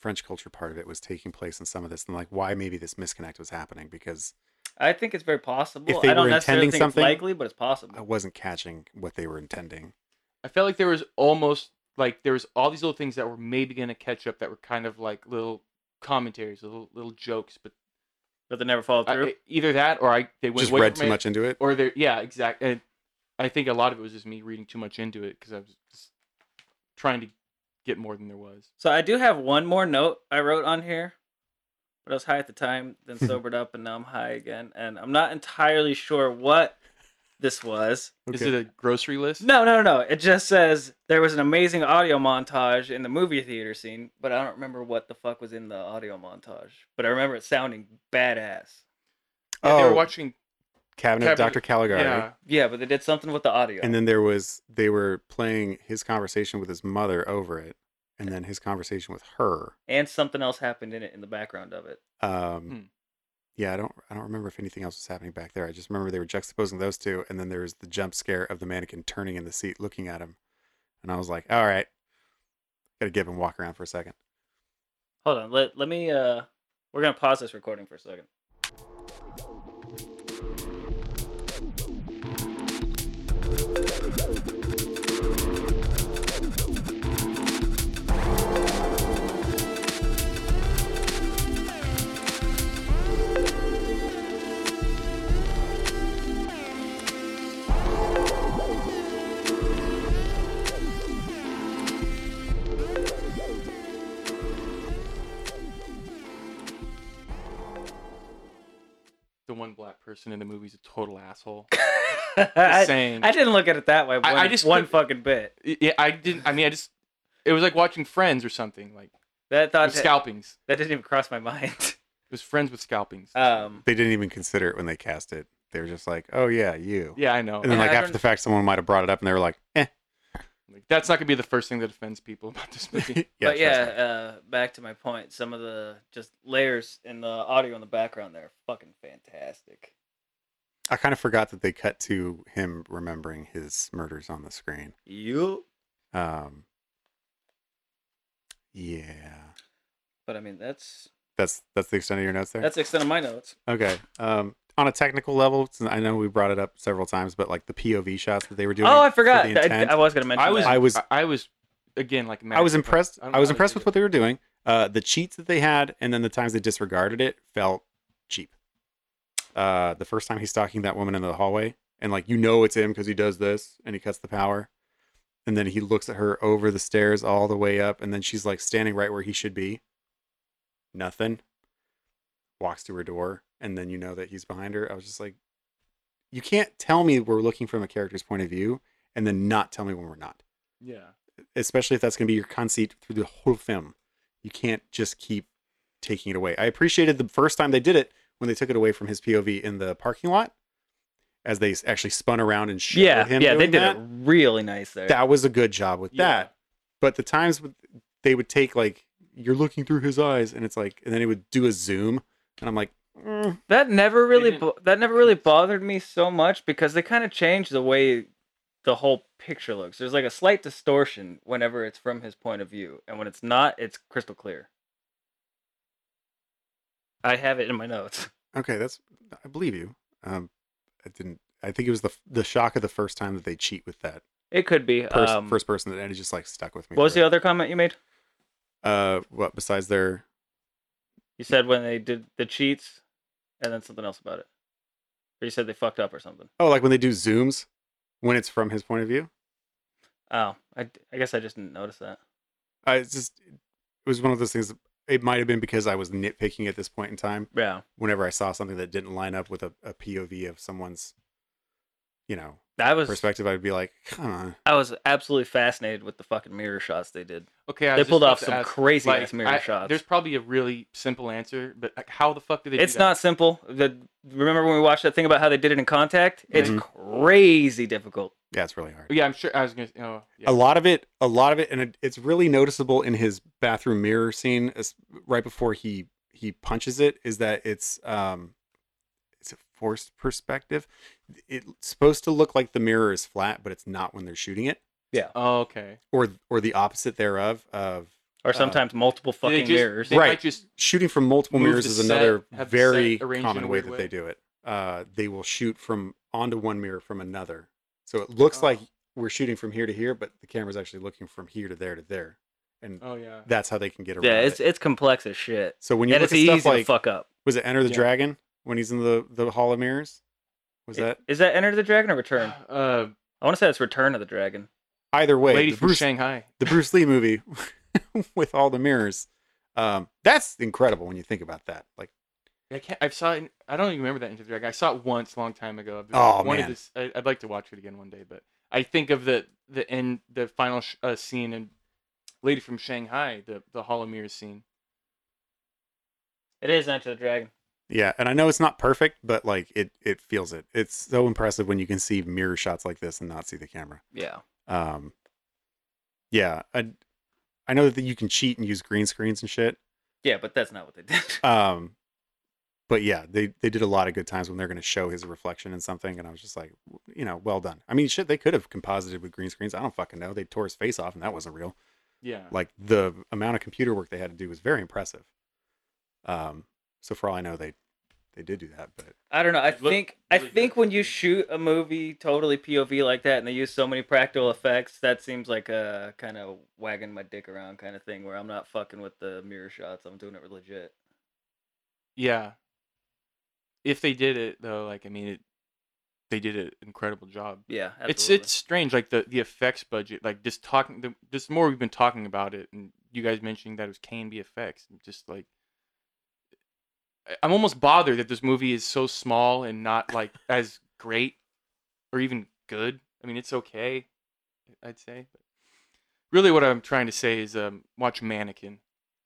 French culture part of it was taking place in some of this, and like why maybe this misconnect was happening because I think it's very possible. If they I don't were necessarily intending think something- it's likely, but it's I possible. wasn't catching what they were intending. I felt like there was almost like there was all these little things that were maybe gonna catch up that were kind of like little commentaries, little little jokes, but But they never follow I, through. I- either that or I they went Just away read from too it, much into it. or they yeah exactly. I think a lot of it was just me reading too much into it because I was just, trying to get more than there was. So I do have one more note I wrote on here, but I was high at the time, then sobered up, and now I'm high again. And I'm not entirely sure what this was. Is it a grocery list? No, no, no. It just says there was an amazing audio montage in the movie theater scene, but I don't remember what the fuck was in the audio montage. But I remember it sounding badass. Yeah, they Oh. were watching. Cabinet, of Cabinet- Dr. Caligari. Yeah, Yeah, but they did something with the audio. And then there was they were playing his conversation with his mother over it, and then his conversation with her. and something else happened in it in the background of it. Um, Hmm. Yeah, I don't I don't remember if anything else was happening back there. I just remember they were juxtaposing those two, and then there was the jump scare of the mannequin turning in the seat, looking at him, and I was like, all right, gotta give him walk around for a second. Hold on, let let me uh we're gonna pause this recording for a second. the one black person in the movie's a total asshole. Just I, saying. I didn't look at it that way. One, I- I just one could- fucking bit. yeah, I didn't. I mean, I just. It was like watching Friends or something. Like That thought with scalpings. that didn't even cross my mind. It was Friends with scalpings. Um, They didn't even consider it when they cast it. They were just like, oh yeah, you. yeah, I know. And then Yeah, like I after don't- the fact, someone might have brought it up, and they were like, eh. Like, that's not gonna be the first thing that offends people about this movie. but trust yeah, me. uh, back to my point. Some of the just layers in the audio in the background there, are fucking fantastic. I kind of forgot that they cut to him remembering his murders on the screen. You. Um, yeah, But I mean, that's that's that's the extent of your notes there. that's the extent of my notes. okay. Um, on a technical level, since I know we brought it up several times, but like the POV shots that they were doing. oh, I for forgot. the I- I, intent, I, was gonna mention. I was, that. I was- was, I was, again, like Max, was like, impressed. don't I, know was how they impressed did with what it. they were doing. Uh, the cheats that they had, and then the times they disregarded it felt cheap. Uh, the first time he's stalking that woman in the hallway, and like you know it's him because he does this and he cuts the power, and then he looks at her over the stairs all the way up, and then she's like standing right where he should be. Nothing. Walks to her door, and then you know that he's behind her. I was just like, you can't tell me we're looking from a character's point of view, and then not tell me when we're not Yeah. especially if that's going to be your conceit through the whole film. You can't just keep taking it away. I appreciated the first time they did it when they took it away from his POV in the parking lot, as they s- actually spun around and showed yeah, him. yeah, they doing did it that. really nice there. That was a good job with Yeah. that. But the times with- they would take like you're looking through his eyes, and it's like, and then it would do a zoom, and I'm like, mm, That never really didn't- bo- that never really bothered me so much because they kind of changed the way the whole picture looks. There's like a slight distortion whenever it's from his point of view, and when it's not, it's crystal clear. I have it in my notes. okay, that's I believe you. Um, I didn't. I think it was the f- the shock of the first time that they cheat with that It could be. pers- um, first person that and it just like stuck with me. what was forever. the other comment you made? uh what besides their You said when they did the cheats, and then something else about it. Or you said they fucked up or something. oh like when they do zooms when it's from his point of view Oh, I, d- I guess I just didn't notice that. i it's just it was one of those things it might have been because i was nitpicking at this point in time Yeah, whenever i saw something that didn't line up with a, a pov of someone's you know I was perspective i'd be like come on I was absolutely fascinated with the fucking mirror shots they did. Okay, I They was just pulled about off to some ask, crazy like, ass mirror I- shots. There's probably a really simple answer, but like, how the fuck did they? it's do that? not simple. The, remember when we watched that thing about how they did it in contact? It's Mhm. crazy difficult. yeah it's really hard Yeah, I'm sure. I was gonna. Oh, yeah. a lot of it a lot of it and it, it's really noticeable in his bathroom mirror scene as, right before he he punches it is that it's um it's a forced perspective it's supposed to look like the mirror is flat but it's not when they're shooting it Oh, okay. or or the opposite thereof of Or sometimes multiple Did Uh, they fucking just- mirrors. They might Right. Just shooting from multiple Move mirrors the is set, another have the very set arranged in common a way weird that way. they do it uh they will shoot from onto one mirror from another so it looks Oh. like we're shooting from here to here but the camera's actually looking from here to there to there and Oh yeah. that's how they can get around yeah, it's it. it's complex as shit. So when you And look it's at easy stuff to like fuck up. was it Enter the Yeah. Dragon when he's in the the Hall of Mirrors? Was I- that Is that Enter the Dragon or Return? Uh, I want to say it's Return of the Dragon. Either way, Lady the from Bruce, Shanghai. the Bruce Lee movie with all the mirrors, um, that's incredible when you think about that. Like, I can't. I saw. It in, I don't even remember that interview. Like, I saw it once, a long time ago. I've Oh, wanted man. this- I, would like to watch it again one day, but I think of the the end, the final sh- uh, scene in Lady from Shanghai, the the Hall of Mirrors scene. It is Enter the Dragon. yeah, and I know it's not perfect, but like it it feels it. It's so impressive when you can see mirror shots like this and not see the camera. Yeah. Um, yeah, I, I know that you can cheat and use green screens and shit. Yeah, but that's not what they did. Um, but yeah, they they did a lot of good times when they're going to show his reflection in something, and I was just like, w- you know, well done. I mean, shit, they could have composited with green screens. I don't fucking know. They tore his face off, and that wasn't real. Yeah. Like the amount of computer work they had to do was very impressive. Um, so for all I know, they they did do that, but I don't know. I It looked think really I good. think when you shoot a movie totally POV like that, and they use so many practical effects, that seems like a kind of wagging my dick around kind of thing, where I'm not fucking with the mirror shots. I'm doing it legit. Yeah. If they did it though, like I mean, it, they did an incredible job. Yeah, It's it's strange, like the the effects budget, like just talking, the, just more we've been talking about it, and you guys mentioning that it was K and B effects, and just like. I- I'm almost bothered that this movie is so small and not like as great or even good. I mean, it's okay, I'd say. But really, what I'm trying to say is, um, watch Mannequin.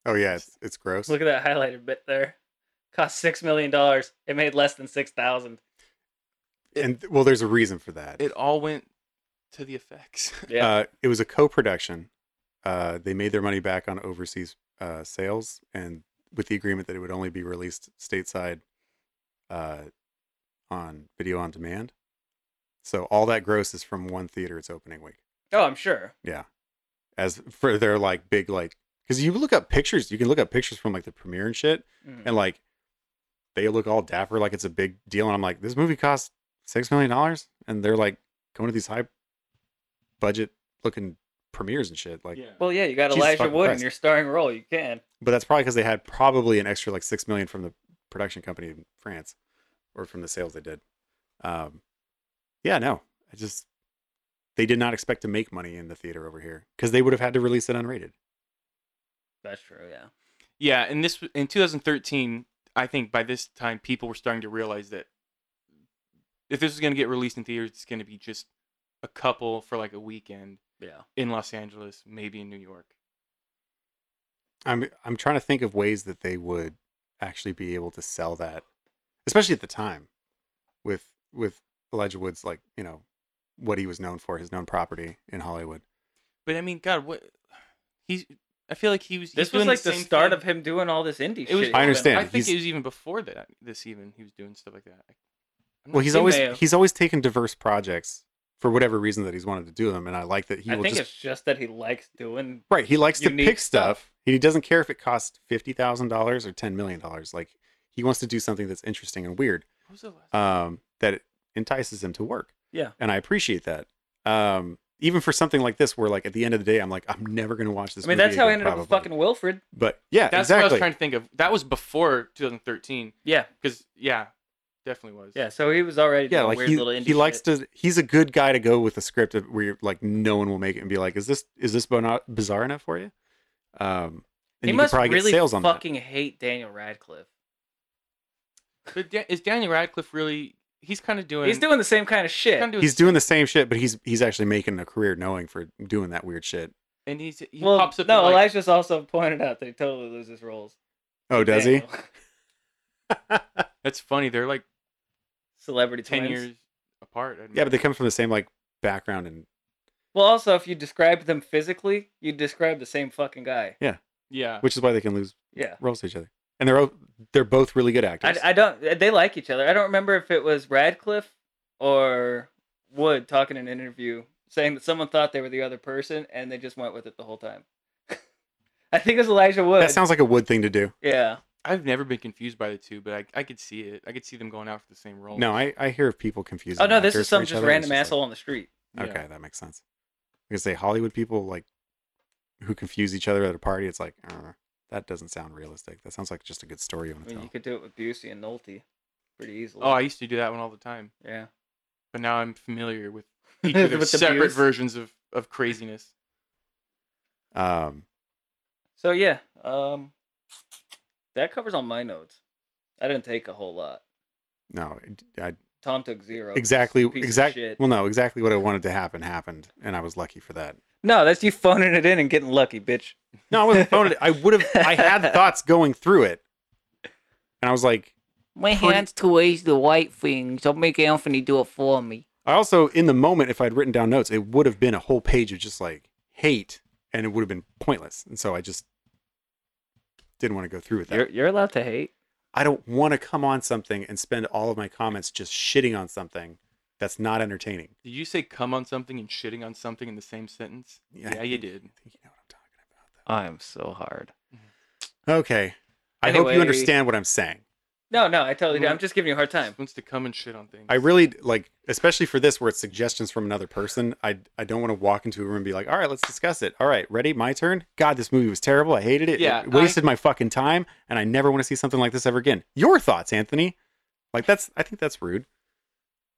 oh yeah, it's it's gross. Look at that highlighted bit there. Cost six million dollars. It made less than six thousand. and well, there's a reason for that. It all went to the effects. Yeah. Uh, it was a co-production. Uh, they made their money back on overseas uh, sales, and with the agreement that it would only be released stateside uh, on video on demand. So all that gross is from one theater its opening week. oh, I'm sure. As for their like big like, because you look up pictures, you can look up pictures from like the premiere and shit, Mm. and like they look all dapper, like it's a big deal. And I'm like, this movie cost six million dollars, and they're like going to these high budget looking premieres and shit. Like, Well, yeah, you got Jesus Elijah fucking Wood in Christ. your starring role. You can. but that's probably because they had probably an extra like six million from the production company in France, or from the sales they did. Um, yeah, no, I just they did not expect to make money in the theater over here because they would have had to release it unrated. That's true. Yeah. Yeah, and this w- in 2013, I think by this time people were starting to realize that if this was going to get released in theaters, it's going to be just a couple for like a weekend Yeah. in Los Angeles, maybe in New York. I'm I'm trying to think of ways that they would actually be able to sell that, especially at the time, with with Elijah Woods like you know what he was known for, his known property in Hollywood. But I mean, God, what he's I feel like he was. he's This was doing like the, same start thing. of him doing all this indie It was. shit. I understand. I think He's- it was even before that. This even he was doing stuff like that. I'm Well, not- he's He always may have. he's always taken diverse projects for whatever reason that he's wanted to do them, and I like that he I will think just it's just that he likes doing. Right. He likes to unique pick stuff. stuff. He doesn't care if it costs fifty thousand dollars or ten million dollars. Like he wants to do something that's interesting and weird. what was the last- Um, that it entices him to work. Yeah. And I appreciate that. Um, even for something like this, where like at the end of the day, I'm like, I'm never gonna watch this. I mean, movie that's how I again, ended up with probably. fucking Wilfred. But yeah, That's what I was exactly. trying to think of. That was before 2013, Yeah. because yeah, definitely was. Yeah. So he was already yeah, doing like weird he, little indie. he likes to. He's a good guy to go with a script of- where you're like, no one will make it and be like, is this is this bona- bizarre enough for you? Um, he and you must can probably really get sales on that. fucking hate Daniel Radcliffe. But da- is Daniel Radcliffe really? He's kind of doing. He's doing the same kind of shit. kinda He's doing the same shit, but he's he's actually making a career knowing for doing that weird shit. and he's he well, pops up. no, in, like, Elijah's also pointed out that he totally loses roles. Oh, does he? Daniel. that's funny. They're like Celebrity ten twins. years apart. I Yeah, but they mean, come from the same like background and Well, also, if you describe them physically, you describe the same fucking guy. yeah. which is why they can lose Yeah. roles to each other. And they're o- they're both really good actors. I, I don't. They like each other. I don't remember if it was Radcliffe or Wood talking in an interview saying that someone thought they were the other person and they just went with it the whole time. I think it was Elijah Wood. that sounds like a wood thing to do. yeah. I've never been confused by the two, but I, I could see it. I could see them going out for the same role. No, I, I hear of people confusing. Oh no, this actors is for some each just other, and random it's like- asshole on the street. Yeah. okay, that makes sense. I say Hollywood people like who confuse each other at a party. It's like uh, that doesn't sound realistic. That sounds like just a good story you want I to mean, you tell. could do it with Busey and Nolte pretty easily. Oh, I used to do that one all the time, yeah. but now I'm familiar with each of their With the separate views. versions of of craziness. Um, So yeah, um, that covers all my notes. I didn't take a whole lot. no, I, I- Tom took zero. exactly, exactly. exactly. Well, no, exactly what I wanted to happen happened, and I was lucky for that. No, that's you phoning it in and getting lucky, bitch. No, I wasn't phoning it. I would have. I had thoughts going through it, and I was like, My Pretty- hands too easy to white things. I'll make Anthony do it for me. I also in the moment, if I'd written down notes, it would have been a whole page of just like hate, and it would have been pointless. And so I just didn't want to go through with that. You're you're allowed to hate. I don't want to come on something and spend all of my comments just shitting on something that's not entertaining. Did you say come on something and shitting on something in the same sentence? Yeah. Yeah, you did. I think you know what I'm talking I am so hard. about. though. Okay. I hope you Anyway- understand what I'm saying. No, no, I totally do. I'm Mm. just giving you a hard time. Wants to come and shit on things. I really like, especially for this where it's suggestions from another person. I I don't want to walk into a room and be like, all right, let's discuss it. All right, ready? My turn. God, this movie was terrible. I hated it. Yeah, it wasted my fucking time, and I never want to see something like this ever again. Your thoughts, Anthony? Like that's I think that's rude.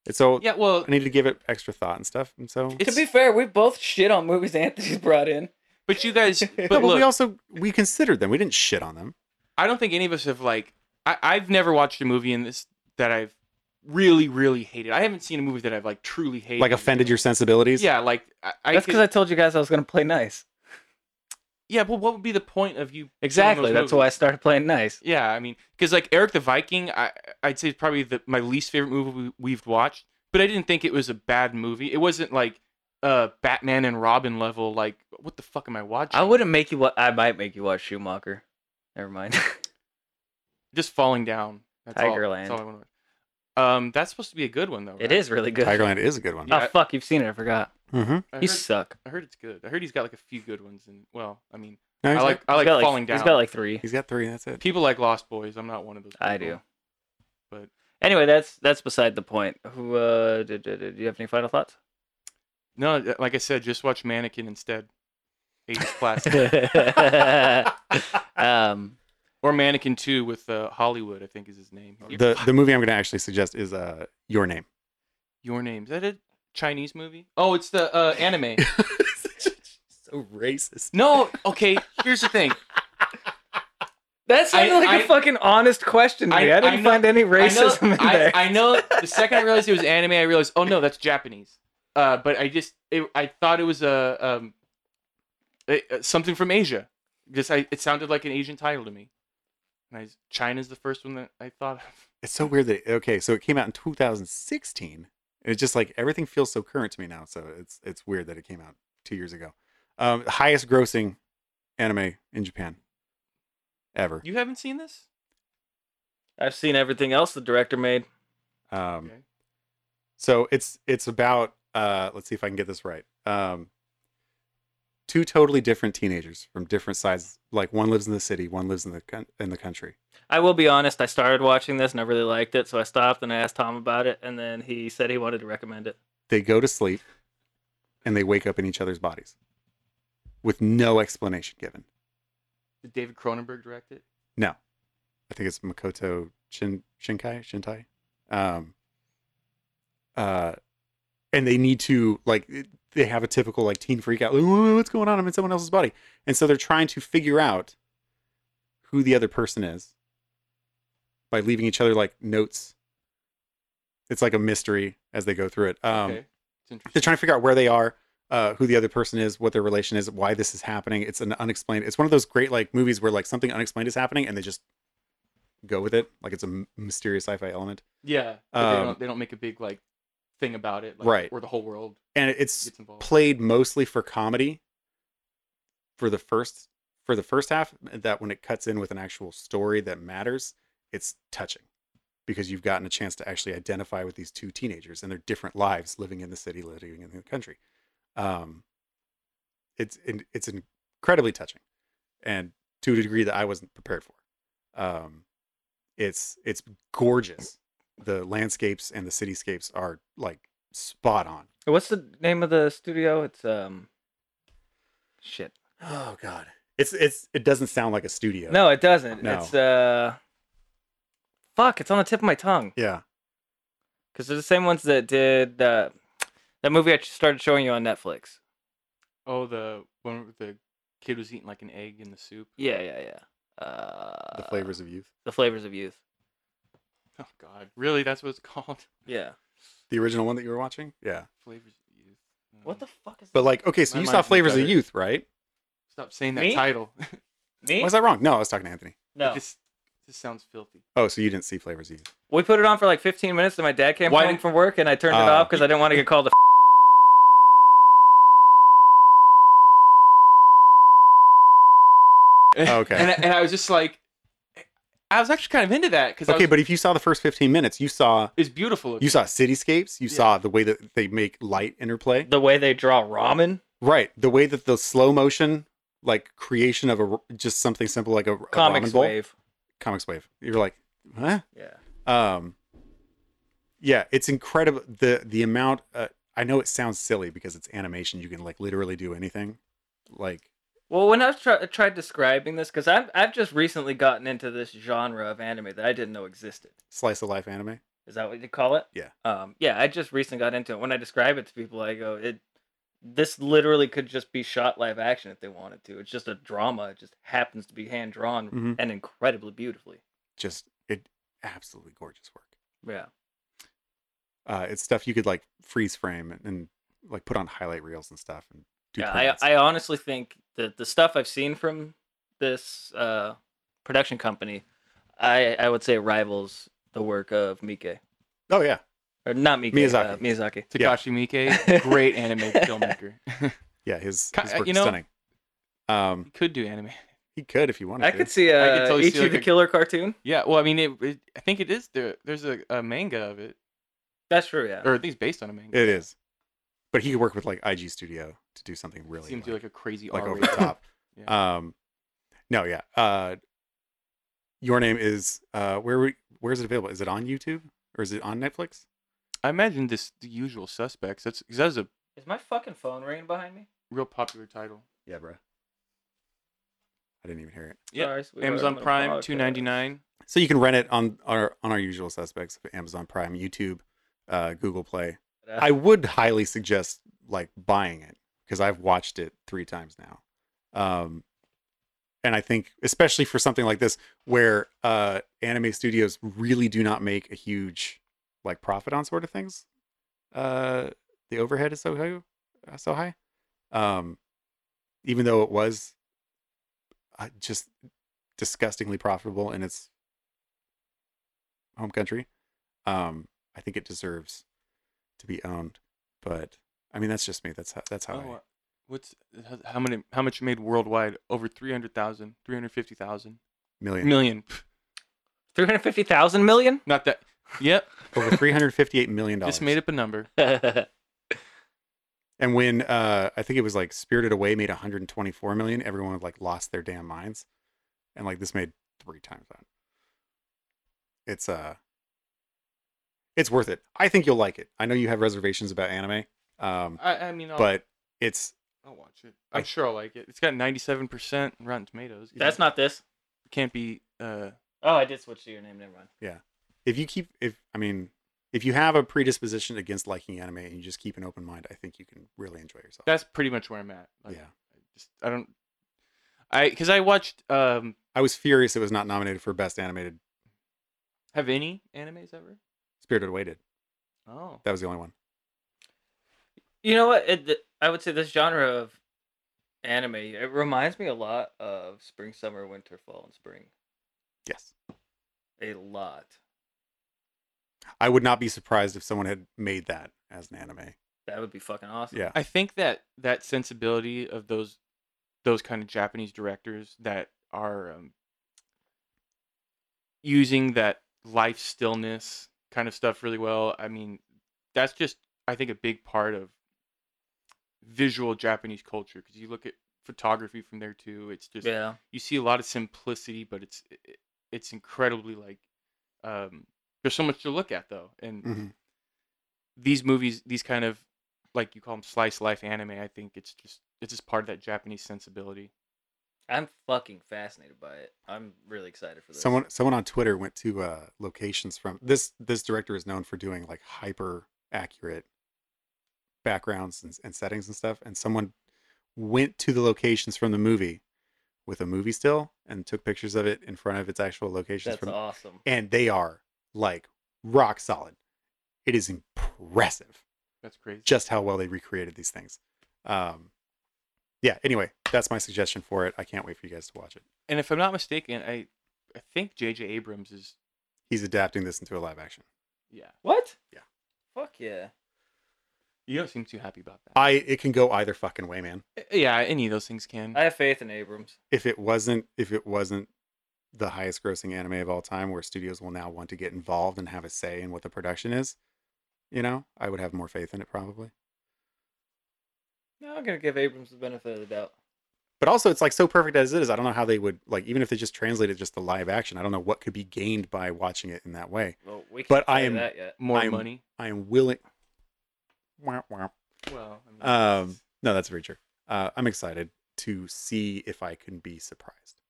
And so Yeah, well, I need to give it extra thought and stuff. And so it's to be fair, we both shit on movies Anthony's brought in. but you guys. But No, but look, we also we considered them. We didn't shit on them. I don't think any of us have like. I, I've never watched a movie in this that I've really, really hated. I haven't seen a movie that I've like truly hated. Like offended your sensibilities. Yeah, like I. I That's could- because I told you guys I was gonna play nice. yeah, but what would be the point of you? Exactly. That's why I started playing nice. Yeah, I mean, because like Eric the Viking, I I'd say it's probably the my least favorite movie we, we've watched, but I didn't think it was a bad movie. It wasn't like uh Batman and Robin level. Like, what the fuck am I watching? I wouldn't make you. Wa- I might make you watch Schumacher. Never mind. just falling down. That's all- Tigerland. That's all I want to watch. Um, that's supposed to be a good one though. it right? is really good. Tigerland is a good one. Yeah. Oh fuck, you've seen it. I forgot. Mm-hmm. I You heard, suck. I heard it's good. I heard he's got like a few good ones, and well, I mean, No, I he's like got- I He's like got, falling down. He's got like three. he's got three. That's it. people like Lost Boys. I'm not one of those. I people. do. But- anyway, that's that's beside the point. Who uh, do, do, do you have any final thoughts? No, uh, like I said, just watch Mannequin instead. 80s classic. um, or Mannequin 2 with uh, Hollywood, I think is his name. Your- The the movie I'm going to actually suggest is uh Your Name. Your name. Is that a Chinese movie? Oh, it's the uh, anime. so racist. no, okay, here's the thing. that sounded I- like a I- fucking honest question to I- me. I, I didn't know- find any I know- racism in I, there. I know the second I realized it was anime, I realized, oh no, that's Japanese. Uh, but I just, it, I thought it was a, um, it- uh, something from Asia. Just, I, it sounded like an Asian title to me. And I, China's the first one that I thought of. It's so weird that okay, so it came out in 2016. It's just like everything feels so current to me now. So it's it's weird that it came out two years ago. Um, highest grossing anime in Japan ever. You haven't seen this? I've seen everything else the director made. Um, Okay. So it's it's about uh, let's see if I can get this right. Um, two totally different teenagers from different sides. Like one lives in the city, one lives in the coun- in the country. I will be honest. I started watching this and I really liked it, so I stopped and I asked Tom about it, and then he said he wanted to recommend it. They go to sleep, and they wake up in each other's bodies, with no explanation given. Did David Cronenberg direct it? No, I think it's Makoto Shin Shinkai Shintai. Um, uh, and they need to like it- they have a typical like teen freak out. Like, "Whoa, what's going on? I'm in someone else's body, and so they're trying to figure out who the other person is by leaving each other like notes. It's like a mystery as they go through it. Um, okay. It's interesting. they're trying to figure out where they are uh, who the other person is what their relation is why this is happening it's an unexplained it's one of those great like movies where like something unexplained is happening and they just go with it like it's a m- mysterious sci-fi element Yeah, but they, Um, don't, they don't make a big like thing about it, like, Right. Or the whole world and it's gets involved. played mostly for comedy for the first for the first half that when it cuts in with an actual story that matters it's touching because you've gotten a chance to actually identify with these two teenagers and their different lives living in the city living in the country um it's in- it's incredibly touching and to a degree that I wasn't prepared for um it's it's gorgeous the landscapes and the cityscapes are like spot on What's the name of the studio? It's um, shit. Oh God. It's it's it doesn't sound like a studio. No, it doesn't. No. It's uh, fuck. It's on the tip of my tongue. Yeah. Because they're the same ones that did uh, that movie I sh- started showing you on Netflix. Oh, the one where the kid was eating like an egg in the soup. Yeah, yeah, yeah. Uh, The flavors of youth. The flavors of youth. Oh God, really? That's what it's called? Yeah. The original one that you were watching? Yeah. Flavors of Youth. No. What the fuck is But like, okay, so My you saw mind's been Flavors of colored. Youth, right? Stop saying that Me? title. Me? Was that wrong? No, I was talking to Anthony. No. this this sounds filthy. Oh, so you didn't see Flavors of Youth. We put it on for like 15 minutes, and my dad came Why home did- from work, and I turned it Oh. off because I didn't want to get called a. Okay. and I- and I was just like, I was actually kind of into that because Okay, okay, was, but if you saw the first 15 minutes, you saw it's beautiful. you looking. saw cityscapes, you Yeah. saw the way that they make light interplay. The way they draw ramen, Right. The way that the slow motion, like creation of a r- just something simple like a, a comics ramen bowl, wave. comics wave. You're like, huh? Yeah. Um, yeah, it's incredible. the The amount. Uh, I know it sounds silly because it's animation. You can like literally do anything. Like, Well, when I try- tried describing this, because I've I've just recently gotten into this genre of anime that I didn't know existed. slice of life anime. Is that what you call it? Yeah. Um, yeah, I just recently got into it. When I describe it to people, I go, "It, this literally could just be shot live action if they wanted to. It's just a drama. It just happens to be hand drawn Mhm. and incredibly beautifully." Just it, absolutely gorgeous work. Yeah. Uh, it's stuff you could like freeze frame and, and like put on highlight reels and stuff. And do Yeah, prints. I, I honestly think that the stuff I've seen from this uh, production company, I I would say rivals the work of Mike oh yeah, or not Mike Miyazaki. Miyazaki. Yeah. Takashi Miike, great anime filmmaker. yeah. His, Ki- his uh, work you is know- stunning. Um, He could do anime. he could if he wanted. I to. could see uh, could totally see, Ichi like, the a- Killer cartoon. Yeah, well, I mean, it, it, I think it is there. There's a, a manga of it, That's true. Yeah. or at least based on a manga. It is, but he could work with like IG Studio to do something really seems to be like- like a crazy like over R-rated. the top. Yeah. Um, no, yeah. Uh, your name is uh, where we, where is it available? Is it on YouTube or is it on Netflix? I imagine this the usual suspects. That's 'cause that was a Is my fucking phone ringing behind me? real popular title. Yeah, bro. I didn't even hear it. Yeah, Sorry, sweetheart, I'm Amazon gonna Prime, apologize. two ninety nine. So you can rent it on our on our usual suspects: Amazon Prime, YouTube, uh, Google Play. Uh, I would highly suggest like buying it because I've watched it three times now. Um, and I think especially for something like this where uh, anime studios really do not make a huge like profit on sort of things. Uh, the overhead is so high, uh, so high. Um, even though it was uh, just disgustingly profitable in its home country, um, I think it deserves to be owned. But I mean, that's just me. That's how. That's how. Oh, I, uh, what's how- how many? How much made worldwide? Over 300,000, 350,000 million. million. 350,000 million? Not that. Yep, Over three hundred fifty-eight million dollars. just made up a number. And when uh, I think it was like Spirited Away made 124 million, everyone like lost their damn minds, and like this made three times that. It's uh, it's worth it. I think you'll like it. I know you have reservations about anime, um, I, I mean, I'll, but it's I'll watch it. I'm I- sure I'll like it. It's got ninety seven percent Rotten Tomatoes. you know? That's not this. can't be. Uh, Oh, I did switch to your name. Never mind. if you keep if I mean if you have a predisposition against liking anime and you just keep an open mind, I think you can really enjoy yourself. that's pretty much where I'm at. Like, yeah. I just I don't. I because I watched. Um, I was furious it was not nominated for best animated. have any animes ever? Spirited Away did. Oh, That was the only one. You know what? It, th- I would say this genre of anime, it reminds me a lot of spring, summer, winter, fall, and spring. Yes. A lot. I would not be surprised if someone had made that as an anime. That would be fucking awesome. Yeah. I think that that sensibility of those those kind of Japanese directors that are um, using that life stillness kind of stuff really well. I mean, that's just I think a big part of visual Japanese culture because you look at photography from there too. It's just Yeah. you see a lot of simplicity, but it's it, it's incredibly like um, there's so much to look at though, and Mhm. these movies, these kind of like you call them slice life anime. I think it's just it's just part of that Japanese sensibility. I'm fucking fascinated by it. I'm really excited for this. Someone someone on Twitter went to uh, locations from this this director is known for doing like hyper accurate backgrounds and, and settings and stuff. And someone went to the locations from the movie with a movie still and took pictures of it in front of its actual locations That's from awesome. and they are like rock solid. It is impressive That's crazy. just how well they recreated these things. Um, yeah. Anyway, that's my suggestion for it. I can't wait for you guys to watch it. and if I'm not mistaken, I I think J.J. Abrams is He's adapting this into a live action. yeah. What? Yeah. Fuck yeah. You don't seem too happy about that. I it can go either fucking way, man. Uh, yeah, any of those things can. I have faith in Abrams. If it wasn't if it wasn't the highest grossing anime of all time, where studios will now want to get involved and have a say in what the production is, you know, I would have more faith in it probably. No, I'm gonna give Abrams the benefit of the doubt. But also, it's like so perfect as it is. I don't know how they would like even if they just translated just the live action. I don't know what could be gained by watching it in that way. Well, we can't But I say am- that yet. More I'm- money. I am willing. Wah, wah. Well, I mean, Um, no, that's very true. Uh, I'm excited to see if I can be surprised.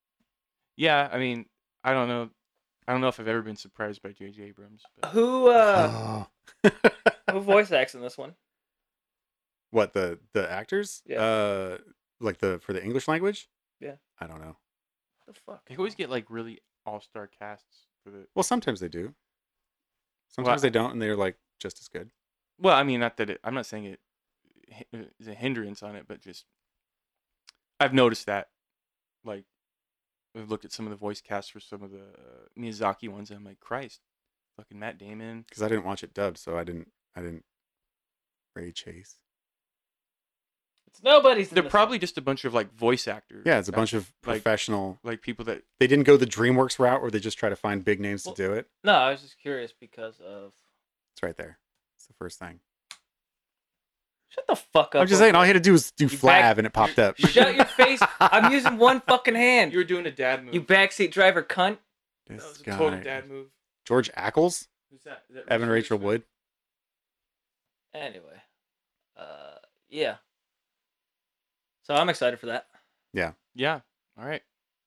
yeah. I mean, I don't know. I don't know if I've ever been surprised by J.J. Abrams. But Who uh Oh. who voice acts in this one? what the the actors? Yeah. Uh, like the for the English language? Yeah. I don't know. The fuck. they always get like really all-star casts for the. Well, sometimes they do. Sometimes they don't, and they're like just as good. Well, I mean, not that it, I'm not saying it hi- is a hindrance on it, but just I've noticed that. Like, I've looked at some of the voice casts for some of the uh, Miyazaki ones, and I'm like, Christ, fucking Matt Damon. Because I didn't watch it dubbed, so I didn't. I didn't. Ray Chase. It's nobody's. in They're this probably just a bunch of like voice actors. Yeah, it's a that- bunch of like- professional. like people that they didn't go the DreamWorks route, where they just try to find big names Well- to do it. one. No, I was just curious because of. It's right there. It's the first thing. Shut the fuck up. I'm just over saying, all I had to do was do back- flab and it popped you're- up. there. Shut your face. I'm using one fucking hand. you were doing a dad move. you backseat driver cunt. This that was a guy. total dad move. George Ackles, Who's that? Is that Evan Rachel Smith? Wood. Anyway, uh, yeah. So I'm excited for that. Yeah. All right.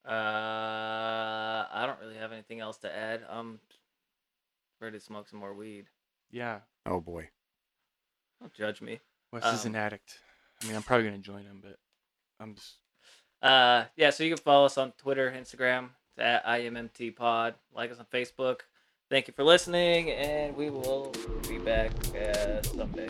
Uh, I don't really have anything else to add. I'm ready to smoke some more weed. Yeah. Oh boy, Don't judge me. Wes is an Um, addict. I mean, I'm probably gonna join him, but I'm just Uh, yeah, so you can follow us on Twitter, Instagram, it's at IMMT Pod. Like us on Facebook. Thank you for listening, and we will be back uh, someday.